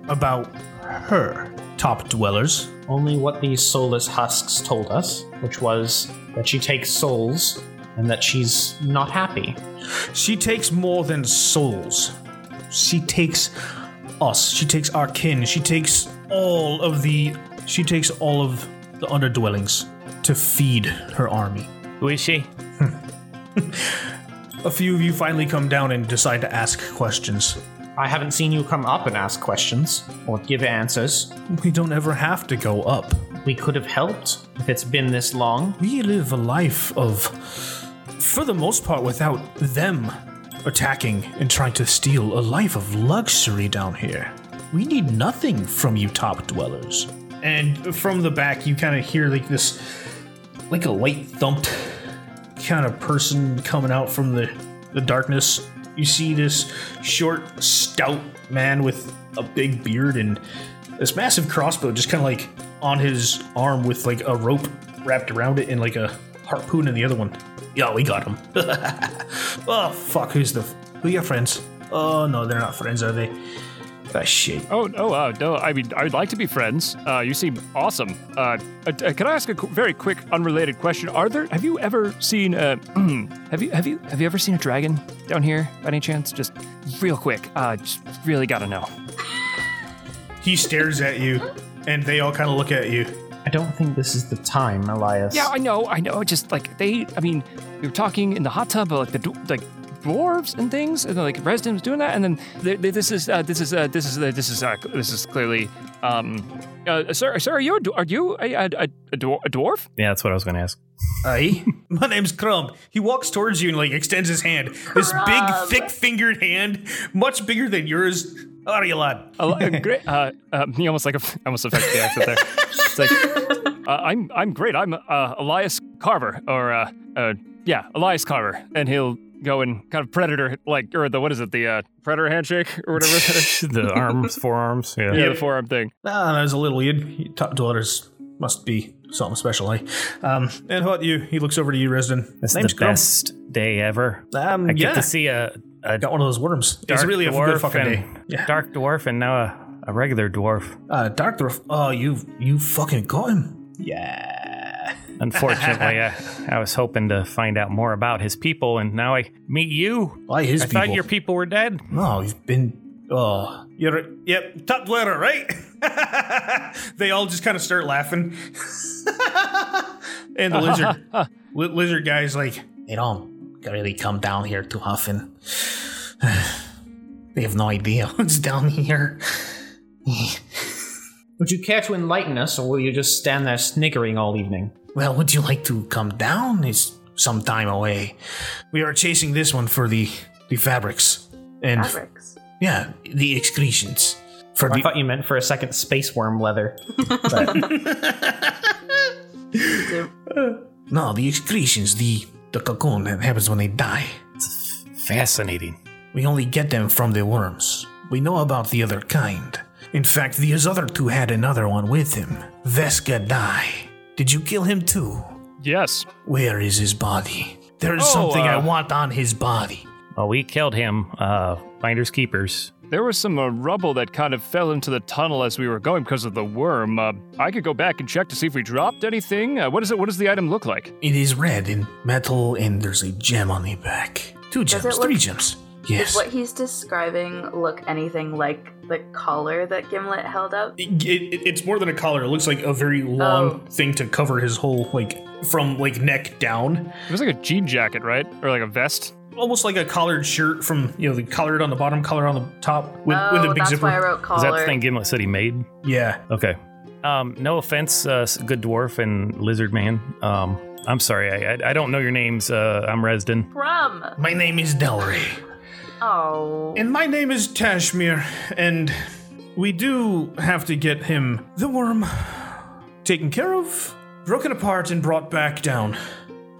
about her top dwellers Only what these soulless husks told us, which was that she takes souls and that she's not happy. She takes more than souls. She takes us. She takes our kin. She takes all of the. She takes all of the underdwellings to feed her army. Who is she? A few of you finally come down and decide to ask questions. I haven't seen you come up and ask questions or give answers. We don't ever have to go up. We could have helped if it's been this long. We live a life of, for the most part, without them attacking and trying to steal a life of luxury down here. We need nothing from you, top dwellers. And from the back, you kind of hear like this, like a light thumped kind of person coming out from the, the darkness. You see this short, stout man with a big beard and this massive crossbow just kind of like on his arm with like a rope wrapped around it and like a harpoon in the other one. Yeah, we got him. oh fuck, who's the who your friends? Oh no, they're not friends, are they? That shit. Oh, oh, wow. No, I mean, I'd like to be friends. Uh, you seem awesome. Uh, uh, can I ask a qu- very quick, unrelated question? Are there? Have you ever seen a? have you have you have you ever seen a dragon down here by any chance? Just real quick. Uh, just really gotta know. He stares at you, and they all kind of look at you. I don't think this is the time, Elias. Yeah, I know, I know. Just like they, I mean, we were talking in the hot tub, but like the du- like dwarves and things, and then, like Resden was doing that, and then they, they, this is uh, this is uh, this is uh, this is uh, this is clearly. Um, uh, sir, sir, are you a, dw- are you a, a, a, a dwar- a dwarf? Yeah, that's what I was going to ask. Aye. My name's Crumb. He walks towards you and like extends his hand. This big, Crumb. thick fingered hand, much bigger than yours. How are you, lad? A, a great. Uh, um, he almost like a, almost affected the accent there. It's like uh, I'm I'm great. I'm uh, Elias Carver, or uh, uh, yeah, Elias Carver, and he'll go and kind of predator like or the what is it the uh, predator handshake or whatever. the arms, forearms. Yeah. yeah, the forearm thing. Ah, that was a little weird. Top daughters must be something special, eh? Um, and how about you? He looks over to you, Resden. That's Name's the Crumb. best day ever. Um, I get yeah. to see a, a Got one of those worms. dark it's really a dwarf good fucking and, day. Yeah. Dark dwarf and now a, a regular dwarf. Uh, dark dwarf. Oh, you you fucking got him. Yeah. Unfortunately, I, I was hoping to find out more about his people, and now I meet you. Why his I people? thought your people were dead. No, you've been. Oh, you're yep, top letter, right? they all just kind of start laughing, and the lizard, li- lizard guy's like, They don't really come down here too often. they have no idea what's down here. Would you care to enlighten us, or will you just stand there sniggering all evening? Well, would you like to come down? It's some time away. "We are chasing this one for the the fabrics, and Fabrics. Yeah, the excretions. For Oh, I the, thought you meant for a second space worm leather. no, the excretions, the the cocoon that happens when they die. Fascinating. We only get them from the worms. We know about the other kind. In fact, these other two had another one with him. Vesca die. Did you kill him too? Yes. Where is his body? There is Oh, something I uh, want on his body. Well, we killed him. Uh, finders keepers. There was some uh, rubble that kind of fell into the tunnel as we were going because of the worm. Uh, I could go back and check to see if we dropped anything. Uh, what is it? What does the item look like? It is red and metal, and there's a gem on the back. Two Does gems, it look- three gems. Does Yes. what he's describing look anything like the collar that Gimlet held up? it, it- it's more than a collar. It looks like a very long Oh. thing to cover his whole like from like neck down, It was like a jean jacket, right? Or like a vest. almost like a collared shirt from you know the collared on the bottom, collar on the top with oh, with a big that's zipper. why I wrote Is collar. that the thing Gimlet said he made? yeah, Okay. Um, no offense, uh, good dwarf and lizard man. Um, I'm sorry, I, I, I don't know your names. Uh, I'm Resden. From. My name is Delray. Oh. And my name is Tashmir, and we do have to get him, the worm, taken care of, broken apart, and brought back down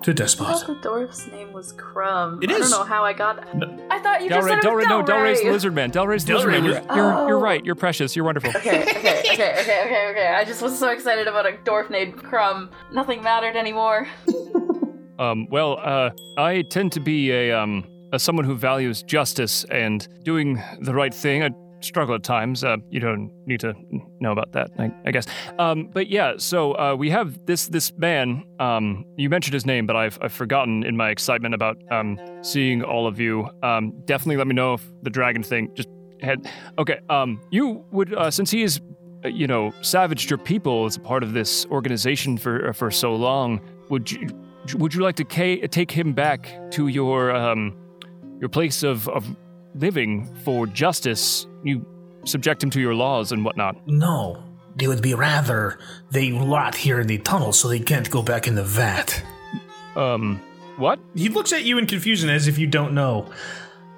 to I thought Despot. the dwarf's name was Crumb. It I is. don't know how I got that. I thought you just Delray, said it was Delray, no, Delray's the Delray. lizard man. Delray's the lizard Delray man. You're, was- you're, you're Oh. right. You're precious. You're wonderful. okay, okay, okay, okay, okay, okay. I just was so excited about a dwarf named Crumb. Nothing mattered anymore. Um, well, uh, I tend to be a, um, a someone who values justice and doing the right thing. I struggle at times. Uh, you don't need to know about that, I, I guess. Um, but yeah, so uh, we have this this man. Um, you mentioned his name, but I've, I've forgotten in my excitement about um, seeing all of you. Um, definitely let me know if the dragon thing just had. Okay, um, you would uh, since he is. uh, You know, savaged your people as a part of this organization for for so long. Would you would you like to ca- take him back to your um, your place of, of living for justice? You subject him to your laws and whatnot. No, they would be rather they rot here in the tunnel so they can't go back in the vat. Um, what? He looks at you in confusion as if you don't know.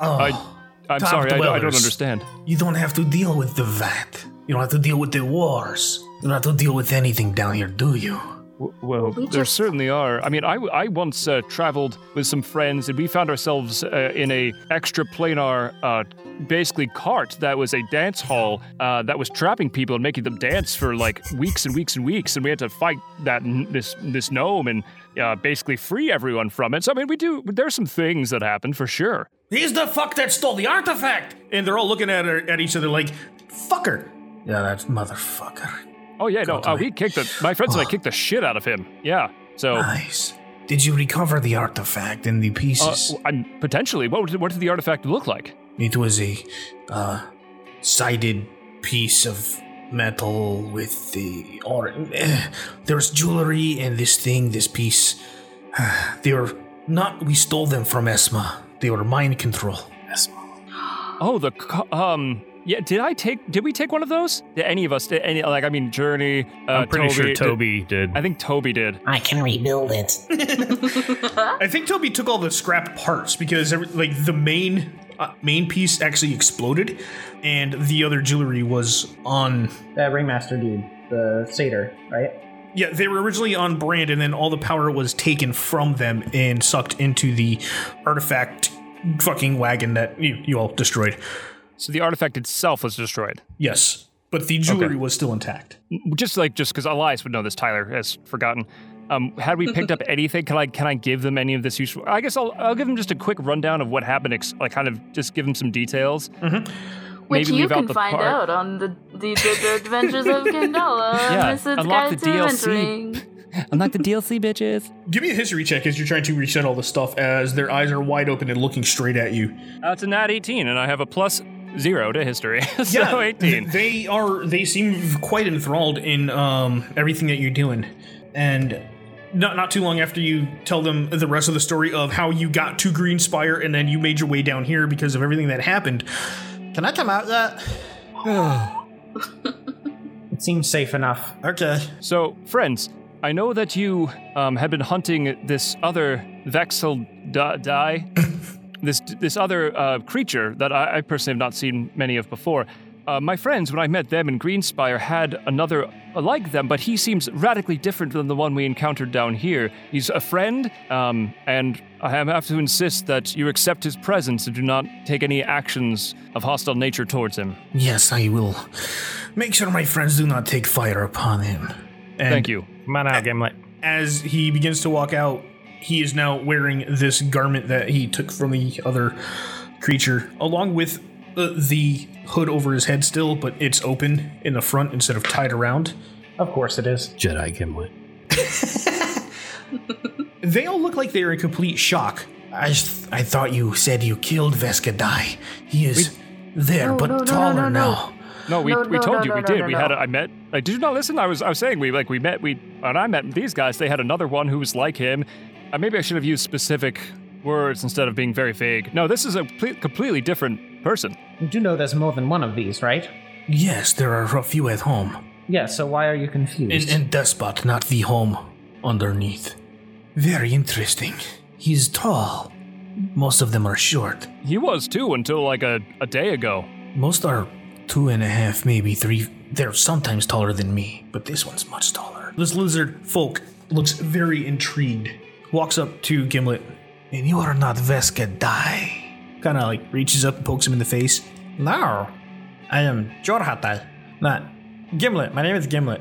Oh, I- I'm Top sorry, I, I don't dwellers. understand. you don't have to deal with the vat. You don't have to deal with the wars. You don't have to deal with anything down here, do you? W- Well, We there just- certainly are. I mean, I, w- I once uh, traveled with some friends, and we found ourselves uh, in a extraplanar, uh, basically cart that was a dance hall uh, that was trapping people and making them dance for like weeks and weeks and weeks, and we had to fight that n- this this gnome and uh, basically free everyone from it. So I mean, we do. There's some things that happen for sure. He's the fuck that stole the artifact! And they're all looking at, her, at each other like, fucker. Yeah, that motherfucker. Oh yeah, no, God, uh, I- we kicked the my friends and I kicked the shit out of him. Yeah, so. Nice. Did you recover the artifact and the Uh, pieces? I'm potentially. What, would- what did the artifact look like? it was a uh, sided piece of metal with the or eh, there's jewelry and this thing, this piece. they were not. We stole them from Esma. They were mind control. Oh, the co- um. Yeah, did I take? Did we take one of those? Did any of us? Did any? Like, I mean, Journey. Uh, I'm pretty Toby, sure Toby did. I think Toby did. I can rebuild it. I think Toby took all the scrap parts because every, like the main uh, main piece actually exploded, and the other jewelry was on. That ringmaster dude, the satyr, right? Yeah, they were originally on brand, and then all the power was taken from them and sucked into the artifact fucking wagon that you, you all destroyed. So the artifact itself was destroyed. Yes, but the jewelry was still intact. Just like just because Elias would know this, Tyler has forgotten. Um, had we picked up anything? Can I can I give them any of this useful? I guess I'll I'll give them just a quick rundown of what happened. Ex- like kind of just give them some details. Which Maybe you leave out can the find part- out on the, the, the, the Adventures of Gandala. Yeah, Misfits unlock Guide the to DLC. Adventuring. Unlock the DLC, bitches. Give me a history check as you're trying to reset all the stuff as their eyes are wide open and looking straight at you. Uh, it's a nat 18, and I have a plus zero to history. so Yeah, 18. th- They are. They seem quite enthralled in um, everything that you're doing, and not not too long after you tell them the rest of the story of how you got to Greenspire and then you made your way down here because of everything that happened. Can I come out that? It seems safe enough. Okay. So, friends, I know that you um, had been hunting this other Vexel di, Di- this this other uh, creature that I, I personally have not seen many of before. Uh, my friends, when I met them in Greenspire, had another like them, but he seems radically different than the one we encountered down here. He's a friend, um, and I have- have to insist that you accept his presence and do not take any actions of hostile nature towards him. Yes, I will. Make sure my friends do not take fire upon him. And Thank you. Come on out, Gimlet. As he begins to walk out, he is now wearing this garment that he took from the other creature, along with uh, the hood over his head still, but it's open in the front instead of tied around. Of course it is. Jedi Gimlet. They all look like they're in complete shock. I, th- I thought you said you killed Vescadai. He is there, but no, no, no, taller no, no. now. No, we, No, we no, told no, you no, we no, did. no, we no. had. A, I met. Like, did you not listen? I was. I was saying we like we met. We and I met these guys. They had another one who was like him. Uh, maybe I should have used specific words instead of being very vague. No, this is a ple- completely different person. You do know there's more than one of these, right? Yes, there are a few at home. Yeah, so why are you And, confused? and Despot, not the home underneath. Very interesting. He is tall. Most of them are short. He was too until like a, a day ago. Most are two and a half, maybe three. They're sometimes taller than me, but this one's much taller. This lizard folk looks very intrigued. Walks up to Gimlet, And you are not Vescadai. kind of like reaches up and pokes him in the face. No. I am Jorhatai. Not Gimlet. My name is Gimlet.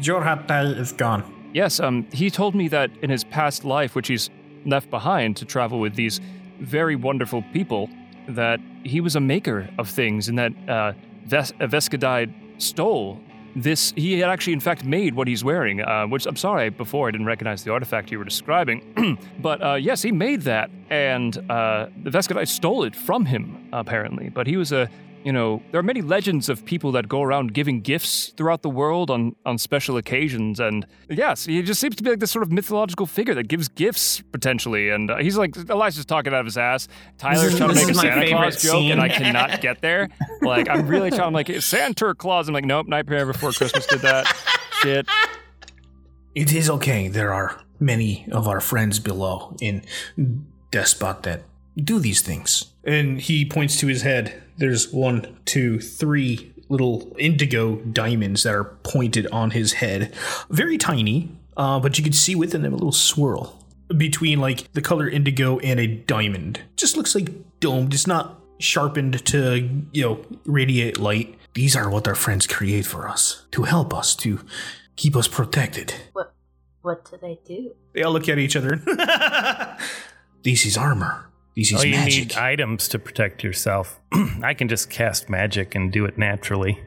Jorhatai is gone. Yes. Um. He told me that in his past life, which he's left behind to travel with these very wonderful people, that he was a maker of things, and that uh, Ves- uh, Vescadide stole this. He had actually, in fact, made what he's wearing. Uh, which I'm sorry, before I didn't recognize the artifact you were describing, but uh, yes, he made that, and uh, the Vescadide stole it from him apparently. But he was a you know, there are many legends of people that go around giving gifts throughout the world on, on special occasions. And yes, he just seems to be like this sort of mythological figure that gives gifts potentially. And uh, he's like, Elijah's talking out of his ass. Tyler's is- trying to this make a is my Santa Claus favorite joke, and I scene. cannot get there. Like, I'm really trying. I'm like, it's Santa Claus. I'm like, nope, Nightmare Before Christmas did that. Shit. It is okay. There are many of our friends below in Despot that do these things. And he points to his head. There's one, two, three little indigo diamonds that are pointed on his head. Very tiny, uh, but you can see within them a little swirl between like the color indigo and a diamond. Just looks like domed. It's not sharpened to, you know, radiate light. These are what our friends create for us to help us, to keep us protected. What, what do they do? They all look at each other. This is armor. This is Oh, you magic. need items to protect yourself. I can just cast magic and do it naturally.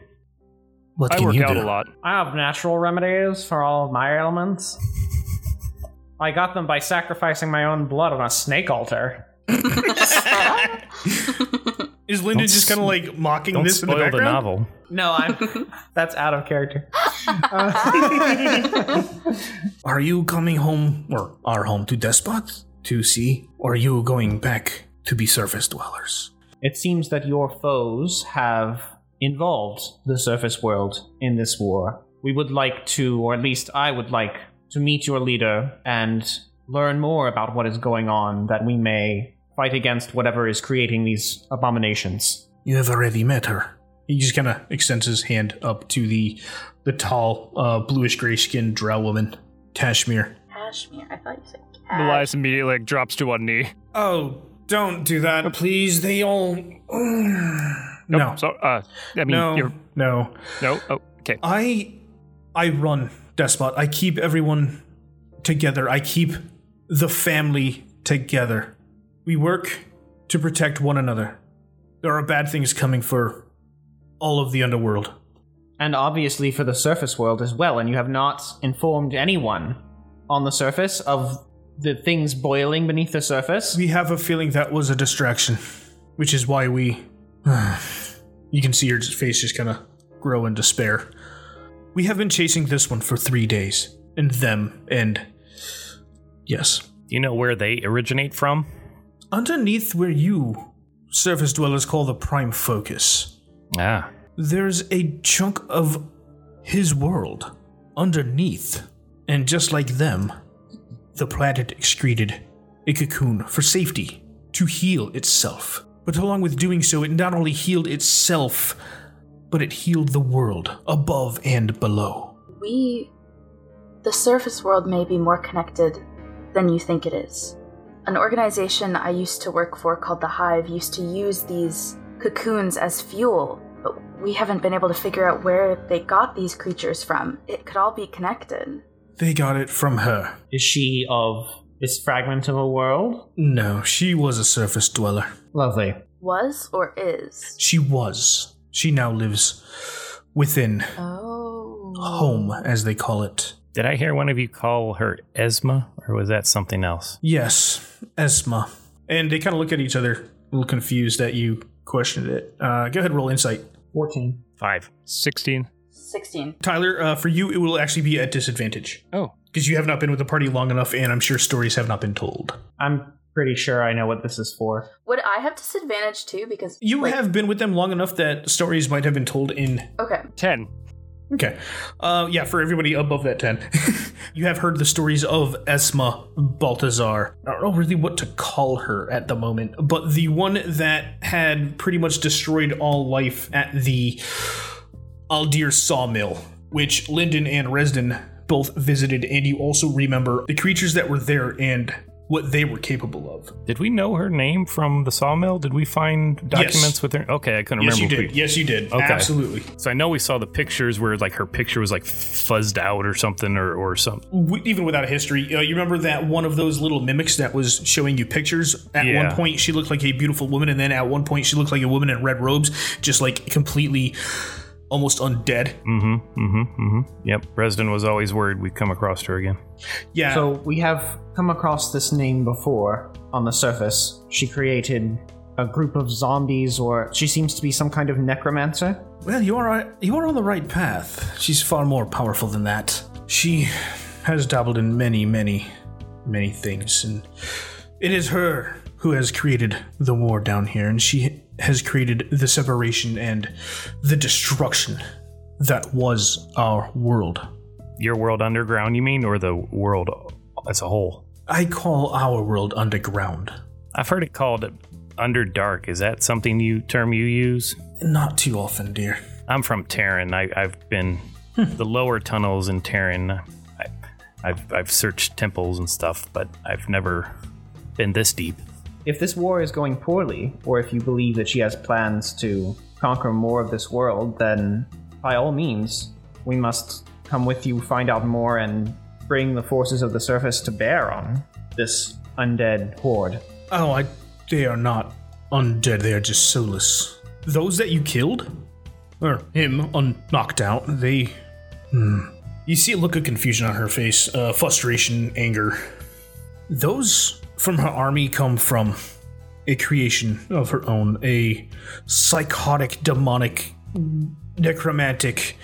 what I can work you out do? a lot. I have natural remedies for all of my ailments. I got them by sacrificing my own blood on a snake altar. Is Lyndon just kind of like mocking Don't this in the spoil the, background? novel. No, I'm. that's out of character. Are you coming home or are home to Despot to see? Or are you going back to be surface dwellers. It seems that your foes have involved the surface world in this war. We would like to, or at least I would like, to meet your leader and learn more about what is going on that we may fight against whatever is creating these abominations. You have already met her. He just kind of extends his hand up to the the tall, uh, bluish gray skinned drow woman, Tashmir. Cashmere. I thought you said cash. Elias immediately like, drops to one knee. Oh, don't do that, please. They all. No, So, uh, I mean, no, you're, no. no, oh, okay. I I run Despot. I keep everyone together. I keep the family together. We work to protect one another. There are bad things coming for all of the underworld. And obviously for the surface world as well, and you have not informed anyone on the surface of the things boiling beneath the surface. We have a feeling that was a distraction, which is why we. you can see her face just kind of grow in despair. We have been chasing this one for three days, and them, and. Yes. Do you know where they originate from? Underneath where you, surface dwellers, call the prime focus, Ah, there's a chunk of his world underneath. And just like them, the planet excreted a cocoon for safety to heal itself. But along with doing so, it not only healed itself, but it healed the world above and below. We. The surface world may be more connected than you think it is. An organization I used to work for called The Hive used to use these cocoons as fuel, but we haven't been able to figure out where they got these creatures from. It could all be connected. They got it from her. Is she of this fragment of a world? No, she was a surface dweller. Lovely. Was or is? She was. She now lives within Oh. home, as they call it. did I hear one of you call her Esma, or was that something else? Yes, Esma. And they kind of look at each other, a little confused that you questioned it. Uh, go ahead, roll insight. 14. Five. 16. 16. Tyler, uh, for you, it will actually be at disadvantage Oh, because you have not been with the party long enough, and I'm sure stories have not been told. I'm pretty sure I know what this is for. Would I have disadvantage too? Because. You like- have been with them long enough that stories might have been told in. Okay. 10. Okay. Uh, yeah, for everybody above that 10. you have heard the stories of Esma Baltazar. I don't know really what to call her at the moment, but the one that had pretty much destroyed all life at the Aldir sawmill, which Linden and Resden both visited, and you also remember the creatures that were there and what they were capable of. Did we know her name from the sawmill? Did we find documents with her? Okay, I couldn't Yes, you remember. if did. Yes, you did. Okay. Absolutely. we- so I know we saw the pictures where like her picture was like fuzzed out or something or or something. w- even without a history, uh, you remember that one of those little mimics that was showing you pictures. At Yeah. one point, she looked like a beautiful woman, and then at one point, she looked like a woman in red robes, just like completely, almost undead. Mm-hmm. Mm-hmm. Mm-hmm. Yep. Resden was always worried we'd come across her again. Yeah, So we have come across this name before on the surface. She created a group of zombies, or she seems to be some kind of necromancer. Well, you uh, are you are on the right path. She's far more powerful than that. she has dabbled in many, many, many things, and it is her who has created the war down here, and she has created the separation and the destruction that was our world. Your world underground, you mean, or the world as a whole? I call our world underground. I've heard it called underdark. Is that something you term you use? Not too often, dear. I'm from Terran. I, I've been the lower tunnels in Terran. I, I've I've searched temples and stuff, but I've never been this deep. If this war is going poorly, or if you believe that she has plans to conquer more of this world, then by all means, we must come with you, find out more, and bring the forces of the surface to bear on this undead horde. Oh, I. They are not undead. They are just soulless. Those that you killed, or him, un- knocked out. They. Hmm. You see a look of confusion on her face, uh, frustration, anger. Those from her army come from a creation of her own, a psychotic, demonic, necromantic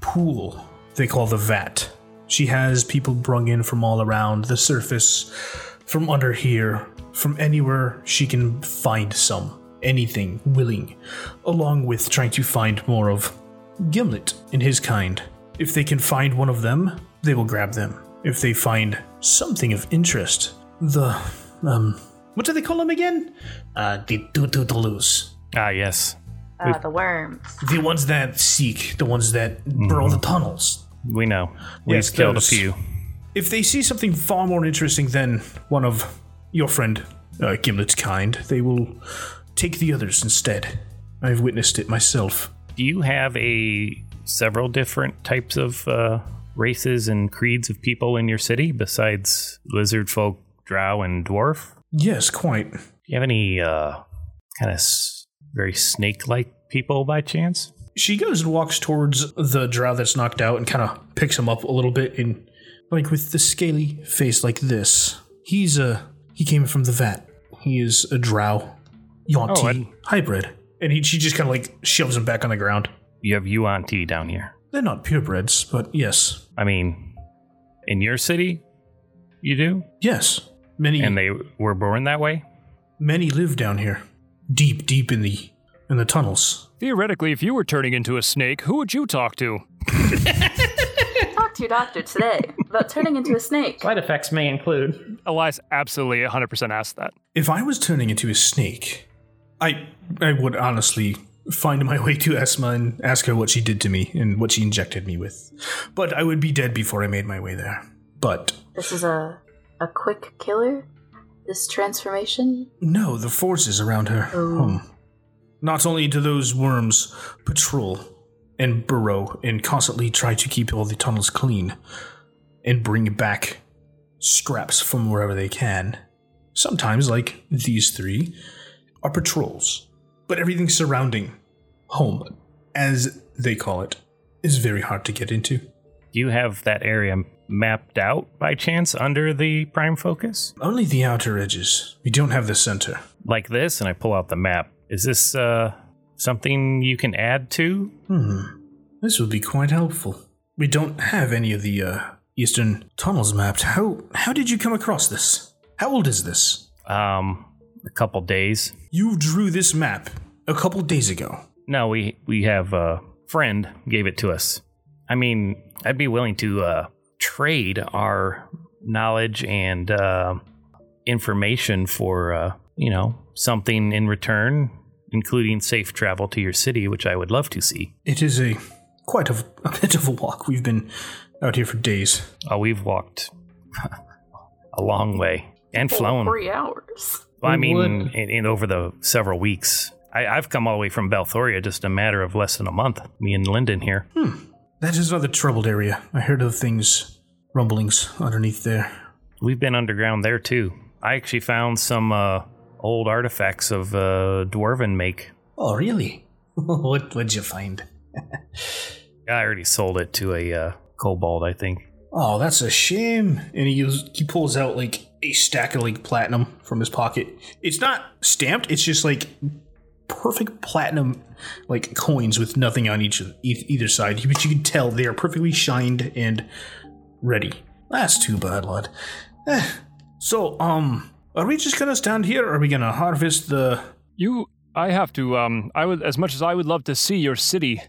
pool they call the vat. She has people brung in from all around the surface, from under here, from anywhere she can find some, anything willing, along with trying to find more of Gimlet and his kind. If they can find one of them, they will grab them. If they find something of interest, the um, what do they call them again? Uh, the doodaloos. Ah, yes. Ah, the worms. The ones that seek, the ones that burrow the tunnels, We know. We've Yes, killed a those. few. if they see something far more interesting than one of your friend uh, Gimlet's kind, they will take the others instead. I've witnessed it myself. Do you have a several different types of uh, races and creeds of people in your city besides lizard folk, drow, and dwarf? Yes, quite. Do you have any uh, kind of s- very snake-like people by chance? She goes and walks towards the drow that's knocked out and kind of picks him up a little bit and, like, with the scaly face like this. He's a. He came from the vat. He is a drow. Yonti hybrid. And he, she just kind of, like, shoves him back on the ground. You have Yuan Ti down here. They're not purebreds, but yes. I mean, in your city, you do, Yes. Many and they were born that way. Many live down here, deep, deep in the in the tunnels. Theoretically, if you were turning into a snake, who would you talk to? Talk to your doctor today about turning into a snake. Side effects may include. Elias absolutely 100% asked that. If I was turning into a snake, I I would honestly find my way to Esma and ask her what she did to me and what she injected me with. But I would be dead before I made my way there. But This is a a quick killer. This transformation. no, the forces around her home. Not only do those worms patrol and burrow and constantly try to keep all the tunnels clean and bring back scraps from wherever they can, sometimes, like these three, are patrols. But everything surrounding home, as they call it, is very hard to get into. Do you have that area mapped out by chance under the prime focus? Only the outer edges. We don't have the center. Like this, and I pull out the map. Is this uh, something you can add to? This would be quite helpful. We don't have any of the uh, eastern tunnels mapped. How how did you come across this? How old is this? Um, a couple days. You drew this map a couple days ago. No, we we have a friend gave it to us. I mean, I'd be willing to uh, trade our knowledge and uh, information for uh, you know something in return, including safe travel to your city, which I would love to see. It is a quite a, a bit of a walk. We've been out here for days. Oh, we've walked a long way and flown. Three hours. Well, I We mean, would- in, in over the several weeks. I, I've come all the way from Balthoria just a matter of less than a month. Me and Lyndon here. That is another troubled area. I heard of things rumblings underneath there. We've been underground there too. I actually found some uh, old artifacts of uh, dwarven make. Oh, really? what would you find? I already sold it to a uh, kobold, I think. Oh, that's a shame. And he use, he pulls out like a stack of like platinum from his pocket. It's not stamped. It's just like perfect platinum like coins with nothing on each of e- either side. But you can tell they are perfectly shined and ready. That's too bad, lad. Eh. So, um, are we just gonna stand here? Or are we gonna harvest the? You, I have to. Um, I would, as much as I would love to see your city,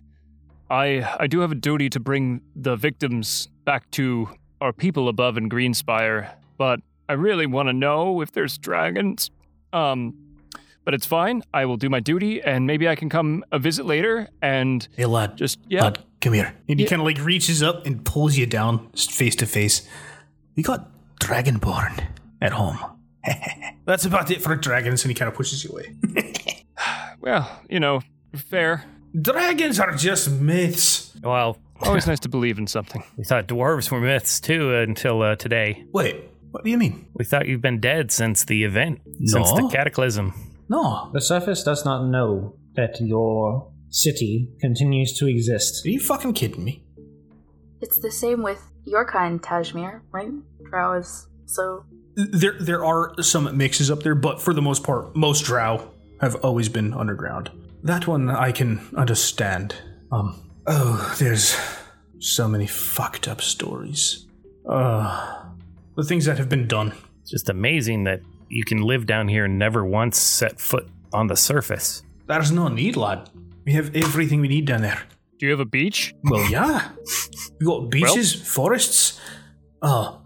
I, I do have a duty to bring the victims back to our people above in Greenspire. But I really want to know if there's dragons. Um, but it's fine. I will do my duty, and maybe I can come a visit later. And Hey, lad, just yeah, lad, come here. And he kind of like reaches up and pulls you down face to face. We got Dragonborn at home. That's about it for dragons, and he kind of pushes you away. well, you know, fair. Dragons are just myths. Well, Always nice to believe in something. we thought dwarves were myths too until uh, today. Wait, what do you mean? We thought you've been dead since the event, since the No. cataclysm. No. The surface does not know that your city continues to exist. Are you fucking kidding me? It's the same with your kind, Tajmir, right? Drow is so. There, there are some mixes up there, but for the most part, most drow have always been underground. That one I can understand. Um, oh, there's so many fucked up stories. Uh, the things that have been done. It's just amazing that You can live down here and never once set foot on the surface. There's no need, lad. We have everything we need down there. Do you have a beach? Well, yeah. We got beaches, forests. Oh,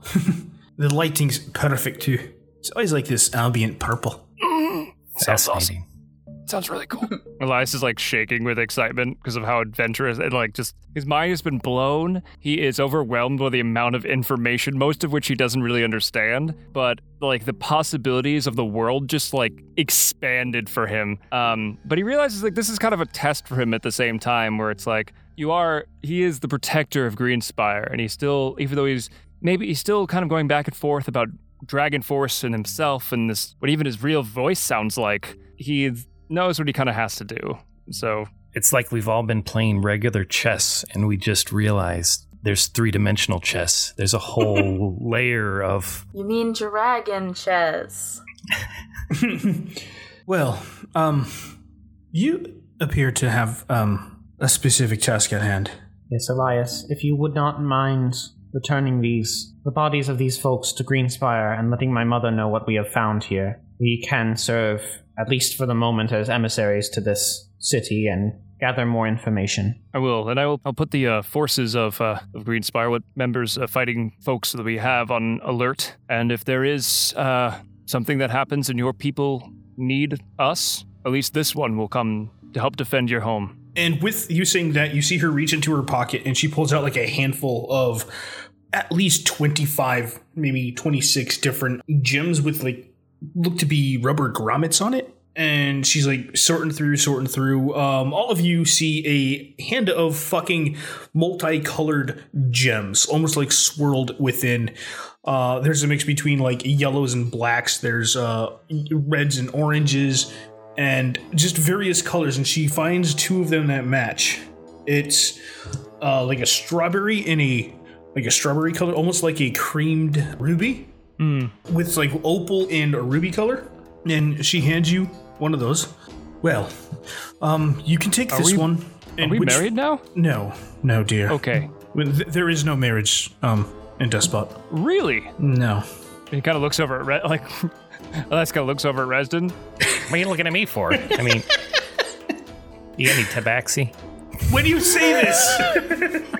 the lighting's perfect too. It's always like this ambient purple. Sounds awesome. Sounds really cool. Elias is like shaking with excitement because of how adventurous and like just his mind has been blown. He is overwhelmed with the amount of information, most of which he doesn't really understand. But like the possibilities of the world just like expanded for him. Um, but he realizes like this is kind of a test for him at the same time, where it's like you are he is the protector of Greenspire, and he's still even though he's maybe he's still kind of going back and forth about Dragon Force and himself and this what even his real voice sounds like. He knows what he kind of has to do. So It's like we've all been playing regular chess and we just realized there's three dimensional chess. There's a whole layer of You mean dragon chess? Well, um, you appear to have um a specific task at hand. Yes, Elias, if you would not mind returning these, the bodies of these folks to Greenspire and letting my mother know what we have found here, we can serve, at least for the moment, as emissaries to this city and gather more information. I will, and I will. I'll put the uh, forces of uh, of Green Spire, what members, uh, fighting folks that we have, on alert. And if there is uh, something that happens and your people need us, at least this one will come to help defend your home. And with you saying that, you see her reach into her pocket and she pulls out like a handful of at least 25, maybe 26 different gems with like look to be rubber grommets on it. And she's like sorting through, sorting through. Um, all of you see a hand of fucking multicolored gems, almost like swirled within. Uh, there's a mix between like yellows and blacks. There's uh, reds and oranges and just various colors and she finds two of them that match it's uh, like a strawberry and a like a strawberry color almost like a creamed ruby Hmm. with like opal and a ruby color and she hands you one of those Well, um, you can take this we- one. Are and we which- married now? No, no, dear. Okay, Well, th- there is no marriage. Um, in Despot. really? No. He kind of looks over at Re- like. Elias kind of looks over at Resden. What are you looking at me for? I mean, you got any tabaxi? when you say this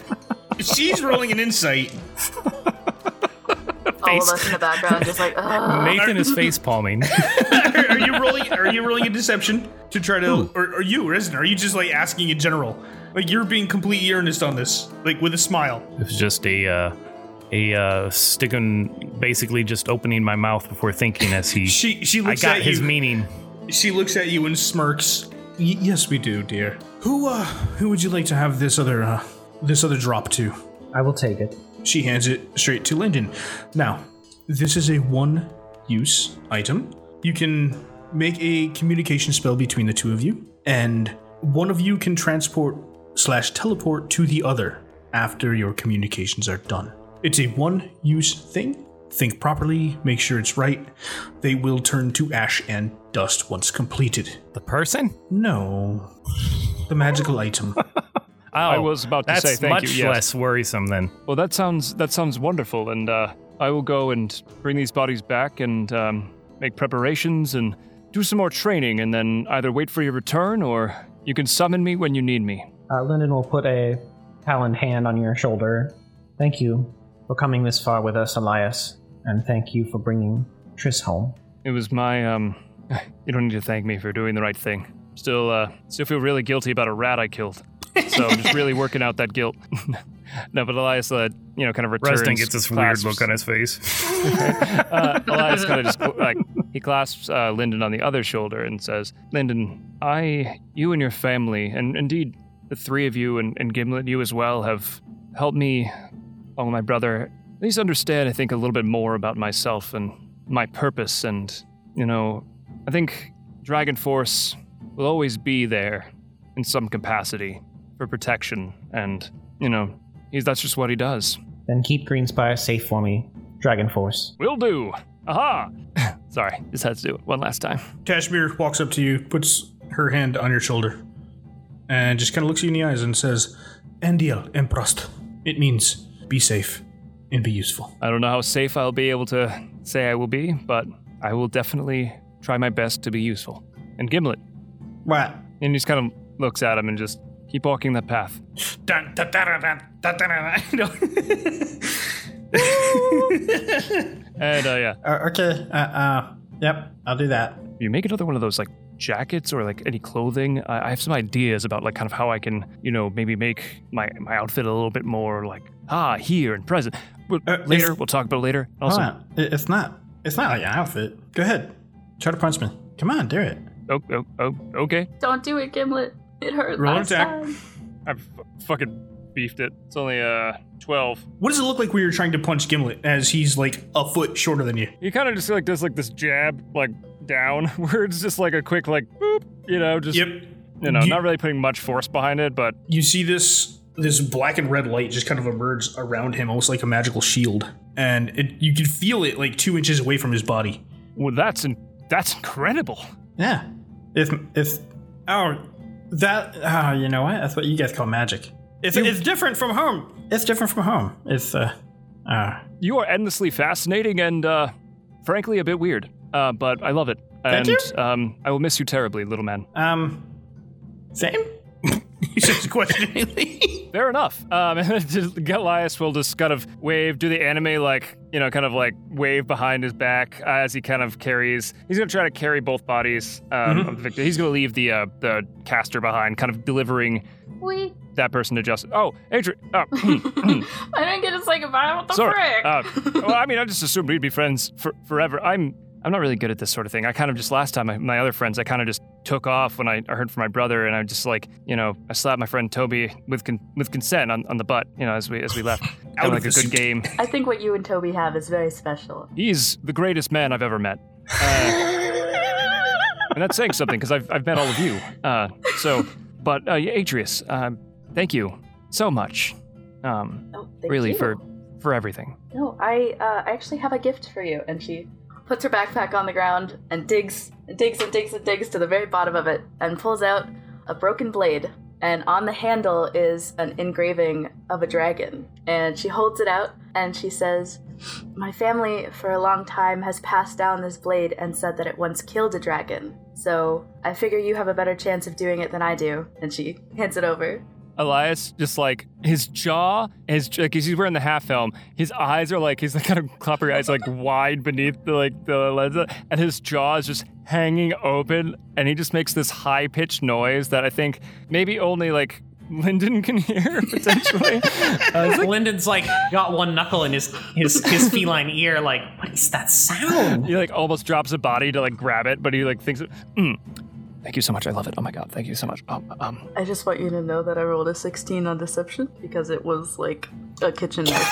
she's rolling an insight All of us in the background just like, ugh. Nathan is face palming. are, are you rolling are you rolling a deception to try to or are you Resident? are you just like asking in general like you're being completely earnest on this like with a smile It was just a uh, a uh, sticking, basically just opening my mouth before thinking as he. she she I looks got at his you meaning. she looks at you and smirks Y- yes, we do, dear. Who, uh, who would you like to have this other, uh, this other drop to? I will take it. She hands it straight to Lyndon. Now, this is a one-use item. You can make a communication spell between the two of you, and one of you can transport slash teleport to the other after your communications are done. It's a one-use thing. Think properly, make sure it's right. They will turn to ash and dust once completed. The person? No. The magical item. Oh, I was about to that's say thank much you. yes. less worrisome than Well, that sounds that sounds wonderful, and uh, I will go and bring these bodies back and um, make preparations and do some more training, and then either wait for your return or you can summon me when you need me. Uh, Lyndon will put a taloned hand on your shoulder. Thank you for coming this far with us, Elias, and thank you for bringing Triss home. It was my um, you don't need to thank me for doing the right thing. Still, uh, still feel really guilty about a rat I killed, so I'm just really working out that guilt. no, but Elias, uh, you know, kind of returns. Reston gets this clasps- weird look on his face. uh, Elias kind of just like he clasps uh, Lyndon on the other shoulder and says, "Lyndon, I, you and your family, and indeed the three of you and, and Gimlet, you as well, have helped me, along with my brother, at least understand. I think a little bit more about myself and my purpose, and you know, I think Dragon Force will always be there in some capacity for protection, and you know, he's that's just what he does." Then keep Greenspire safe for me, Dragon Force. Will do. Aha! Sorry, just had to do it one last time. Tashmir walks up to you, puts her hand on your shoulder, and just kind of looks you in the eyes and says, Endiel Emprost. It means be safe and be useful. I don't know how safe I'll be able to say I will be, but I will definitely try my best to be useful. And Gimlet, What? and he just kind of looks at him and just keep walking that path. Dun, da, da, da, da, da, da, da, da. You know? And uh, yeah, Uh, okay. Uh, uh, yep. I'll do that. you make another one of those like jackets or like any clothing. I, I have some ideas about like kind of how I can, you know, maybe make my my outfit a little bit more like ah here and present. We'll, Uh, later, it's- we'll talk about it later. Hold Also, on. It, it's not. It's not like an outfit. Go ahead. Try to punch me. Come on, do it. oh, oh, oh, okay. Don't do it, Gimlet. It hurt Roll last attack. time. I've f- fucking beefed it. It's only uh twelve. What does it look like when you're trying to punch Gimlet as he's like a foot shorter than you? He kind of just like does like this jab like down where it's just like a quick like boop, you know, just Yep. you know, You- not really putting much force behind it, but You see this this black and red light just kind of emerge around him, almost like a magical shield, and it, you can feel it like two inches away from his body. well, that's in- that's incredible. Yeah. It's it's oh that oh you know what that's what you guys call magic. It's it's different from home. It's different from home. It's uh uh You are endlessly fascinating and, uh, frankly, a bit weird. Uh, but I love it. Thank And you. Um, I will miss you terribly, little man. um same. He says, questioningly. Fair enough. Um, and just, Goliath will just kind of wave, do the anime like, you know, kind of like wave behind his back uh, as he kind of carries. He's gonna try to carry both bodies um, Mm-hmm. of the victim. He's gonna leave the uh, the caster behind, kind of delivering We. that person to justice. Oh, Adrian. Oh, I didn't get to say goodbye. What the Sorry. frick? Uh, well, I mean, I just assumed we'd be friends for, forever. I'm I'm not really good at this sort of thing. I kind of just last time I, my other friends, I kind of just took off when I, I heard from my brother, and I just like you know I slapped my friend Toby with con- with consent on, on the butt, you know, as we as we left. Out of like a the good suit. game. I think what you and Toby have is very special. He's the greatest man I've ever met. Uh, and that's saying something because I've, I've met all of you. Uh, so, but uh, Atreus, uh, thank you so much, um, Oh, thank really you. for for everything. No, I uh, I actually have a gift for you. And she puts her backpack on the ground and digs and digs and digs and digs to the very bottom of it and pulls out a broken blade. And on the handle is an engraving of a dragon. And she holds it out and she says, My family for a long time has passed down this blade and said that it once killed a dragon. So I figure you have a better chance of doing it than I do. And she hands it over. Elias just like his jaw is like 'cause he's wearing the half film. His eyes are like he's like kind of cloppery eyes like wide beneath the like the lens, and his jaw is just hanging open, and he just makes this high pitched noise that I think maybe only like Lyndon can hear potentially. Uh, Lyndon's like got one knuckle in his his his feline ear. Like, what is that sound? he like almost drops a body to like grab it, but he like thinks, mm, "Thank you so much, I love it. Oh my god, thank you so much." Um, um, I just want you to know that I rolled a 16 on deception because it was like a kitchen knife.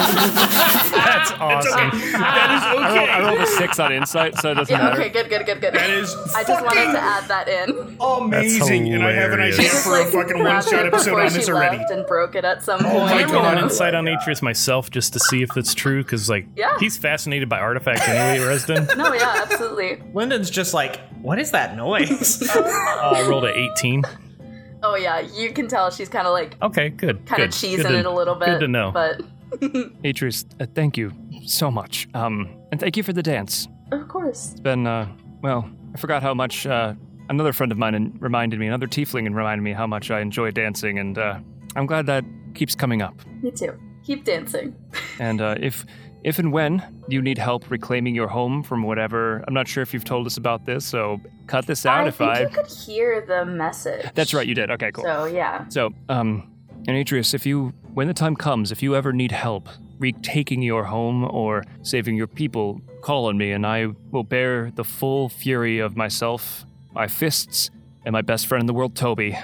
that's awesome. that is I, rolled, I okay. rolled a six on insight, so it doesn't yeah, matter. okay, good, good, good, good. That is I just wanted fucking to add that in. amazing, and I have an idea hilarious. for a fucking one shot episode before on she this already. left and broke it at some point. I rolled an insight on Atreus myself just to see if it's true because like Yeah. he's fascinated by artifacts anyway. Resden No, yeah, absolutely. Lyndon's just like What is that noise? uh, rolled a eighteen. Oh yeah, you can tell she's kind of like Okay, good. kind of good, good cheesing to- it a little bit. Good to know. But Atreus, uh, thank you so much. Um, and thank you for the dance. of course, It's been, uh, well, I forgot how much, uh, another friend of mine in- reminded me, another tiefling and reminded me how much I enjoy dancing, and, uh, I'm glad that keeps coming up. me too. Keep dancing. And, uh, if, if and when you need help reclaiming your home from whatever, I'm not sure if you've told us about this, so cut this out I if think I. you could hear the message. That's right, you did. Okay, cool. So yeah, So, um, and Atreus, if you, when the time comes, if you ever need help retaking your home or saving your people, call on me, and I will bear the full fury of myself, my fists, and my best friend in the world, Toby,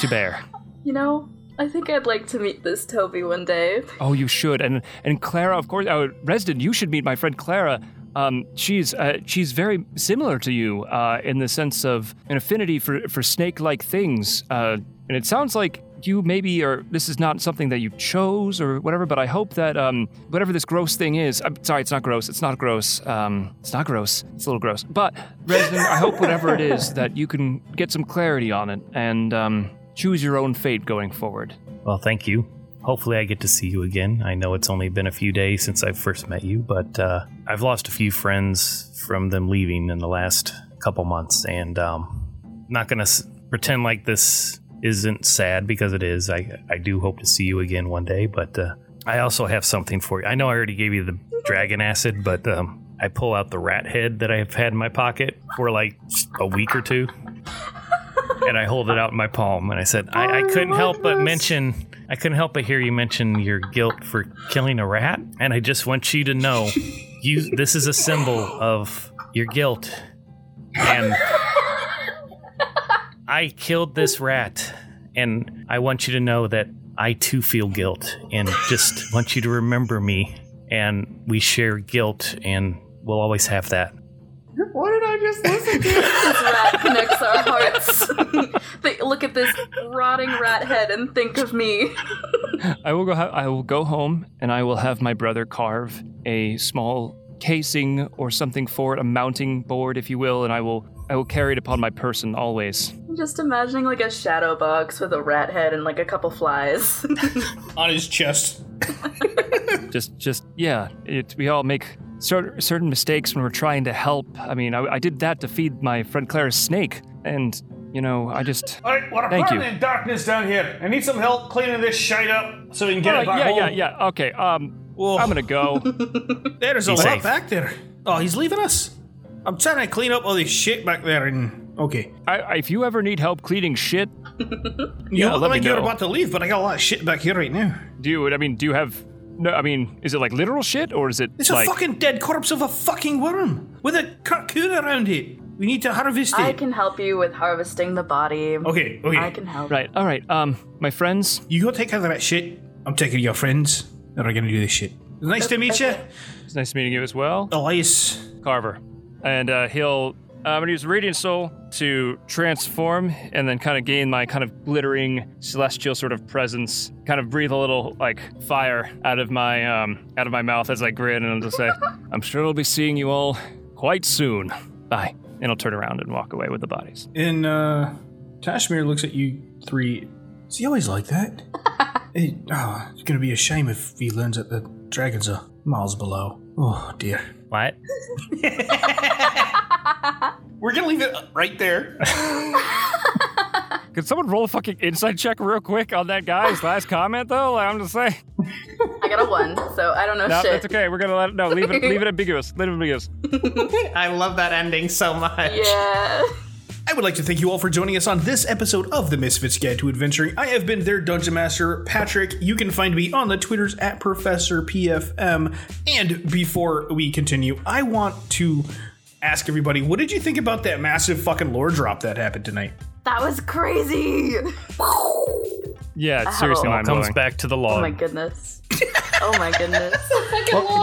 to bear. you know, I think I'd like to meet this Toby one day. Oh, you should. And and Clara, of course, uh, Resden, you should meet my friend Clara. Um, she's uh, she's very similar to you uh, in the sense of an affinity for for snake-like things. Uh, and it sounds like you maybe are. This is not something that you chose or whatever. But I hope that um, whatever this gross thing is. I'm sorry, it's not gross. It's not gross. Um, it's not gross. It's a little gross. But Resden, I hope whatever it is that you can get some clarity on it and um, choose your own fate going forward. Well, thank you. Hopefully, I get to see you again. I know it's only been a few days since I first met you, but uh, I've lost a few friends from them leaving in the last couple months, and um, not gonna s- pretend like this isn't sad because it is. I I do hope to see you again one day, but uh, I also have something for you. I know I already gave you the dragon acid, but um, I pull out the rat head that I've had in my pocket for like a week or two and I hold it out in my palm and I said, I, I couldn't help but mention I couldn't help but hear you mention your guilt for killing a rat. And I just want you to know you this is a symbol of your guilt. And I killed this rat and I want you to know that I too feel guilt and just want you to remember me and we share guilt and we'll always have that. What did I just listen to? This rat connects our hearts. Think- Look at this rotting rat head and think of me. I will go. Ha- I will go home, and I will have my brother carve a small casing or something for it, a mounting board, if you will, and I will. I will carry it upon my person always. I'm just imagining like a shadow box with a rat head and like a couple flies. on his chest. Just, just yeah. It, we all make cer- certain mistakes when we're trying to help. I mean, I, I did that to feed my friend Clara's snake, and you know, I just. All right, what a Thank you. permanent darkness down here. I need some help cleaning this shite up so we can get All it right, back yeah, home. yeah, yeah. Okay. Um, I'm gonna go. There's a Be lot safe. back there. Oh, he's leaving us. I'm trying to clean up all this shit back there, and okay, I, I- if you ever need help cleaning shit, you Yeah, look let me like you're know. about to leave, but I got a lot of shit back here right now. do you? I mean, do you have? No, I mean, is it like literal shit or is it It's like? a fucking dead corpse of a fucking worm with a cocoon around it. We need to harvest I it. can help you with harvesting the body. okay, okay. I can help. Right. All right. Um, my friends. You go take care of that shit. I'm taking your friends. They're gonna do this shit. Nice to meet you, It's nice meeting you as well, Elias. Carver. And uh, he'll. uh, I'm gonna use Radiant Soul to transform and then kind of gain my kind of glittering celestial sort of presence. Kind of breathe a little like fire out of my um out of my mouth as I grin and I'll just say, "I'm sure I'll be seeing you all quite soon. Bye." And I'll turn around and walk away with the bodies. And uh, Tashmir looks at you three. Is he always like that? it, oh, it's gonna be a shame if he learns that the dragons are miles below. Oh dear. What? We're gonna leave it right there. Could someone roll a fucking inside check real quick on that guy's last comment though? Like, I'm just saying. I got a one, so I don't know No, shit. that's okay. We're gonna let it. No, leave it. Leave it ambiguous. Leave it ambiguous. I love that ending so much. Yeah. I would like to thank you all for joining us on this episode of the Misfits Guide to Adventuring. I have been their Dungeon Master, Patrick. You can find me on the Twitters at Professor PFM. And before we continue, I want to ask everybody, what did you think about that massive fucking lore drop that happened tonight? That was crazy. oh Yeah, seriously, mind Comes blowing. back to the log. my goodness. Oh my goodness.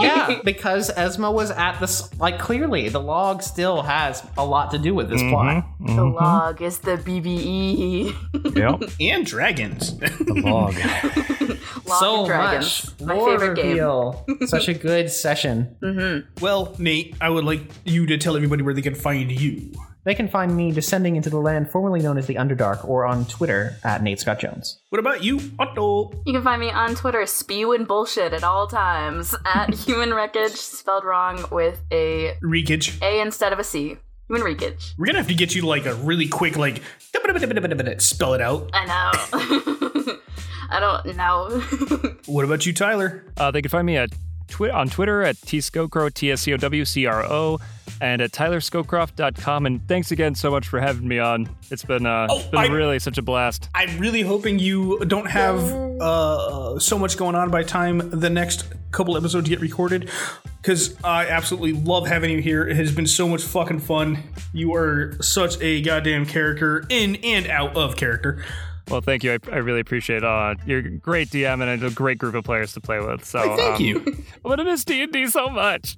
yeah, because Esma was at this. Like, clearly, the log still has a lot to do with this plot. The log is the E. BBE. Yep. And dragons. The log. Log so of Dragons. much. My Lore favorite game. reveal. Such a good session. well, Nate, I would like you to tell everybody where they can find you. They can find me descending into the land formerly known as the Underdark, or on Twitter at Nate Scott Jones. What about you, Otto? You can find me on Twitter spewing bullshit at all times at human wreckage spelled wrong with a Reekage. A instead of a C. Human wreckage. We're gonna have to get you like a really quick, like, spell it out. I know. I don't know. What about you, Tyler? Uh, they can find me at twi- on Twitter at tscocro, T S C O W C R O, and at tylerscowcroft.com. And thanks again so much for having me on. It's been uh, it's been Oh, I- really such a blast. I'm really hoping you don't have uh, so much going on by time the next couple episodes get recorded, because I absolutely love having you here. It has been so much fucking fun. You are such a goddamn character in and out of character. Well, thank you. I, I really appreciate it. Uh, you're a great DM and a great group of players to play with. So Thank um, you. I'm gonna miss D and D so much.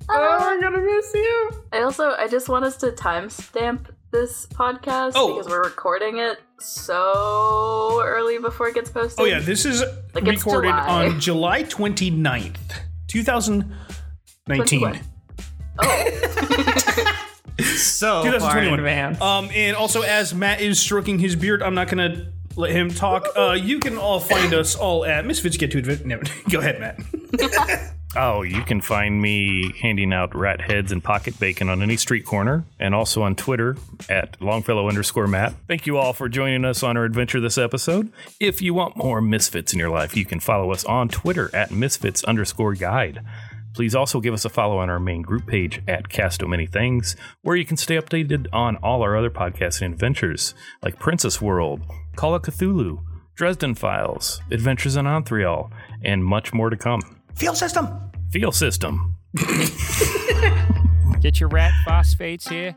I also I just want us to timestamp this podcast Oh. because we're recording it so early before it gets posted. Oh yeah, this is Like, it's recorded July. on July 29th, 2019. 21. So far 2021. Oh. in advance. Um, and also as Matt is stroking his beard, I'm not gonna let him talk. Uh, you can all find us all at Misfits Get to Adventure. No, go ahead, Matt. Oh, you can find me handing out rat heads and pocket bacon on any street corner, and also on Twitter at Longfellow underscore Matt. Thank you all for joining us on our adventure this episode. If you want more misfits in your life, you can follow us on Twitter at misfits underscore guide. Please also give us a follow on our main group page at Casto Many Things, where you can stay updated on all our other podcasts and adventures, like Princess World, Call of Cthulhu, Dresden Files, Adventures in Onthrial, and much more to come. Field system. Feel system. Get your rat phosphates here.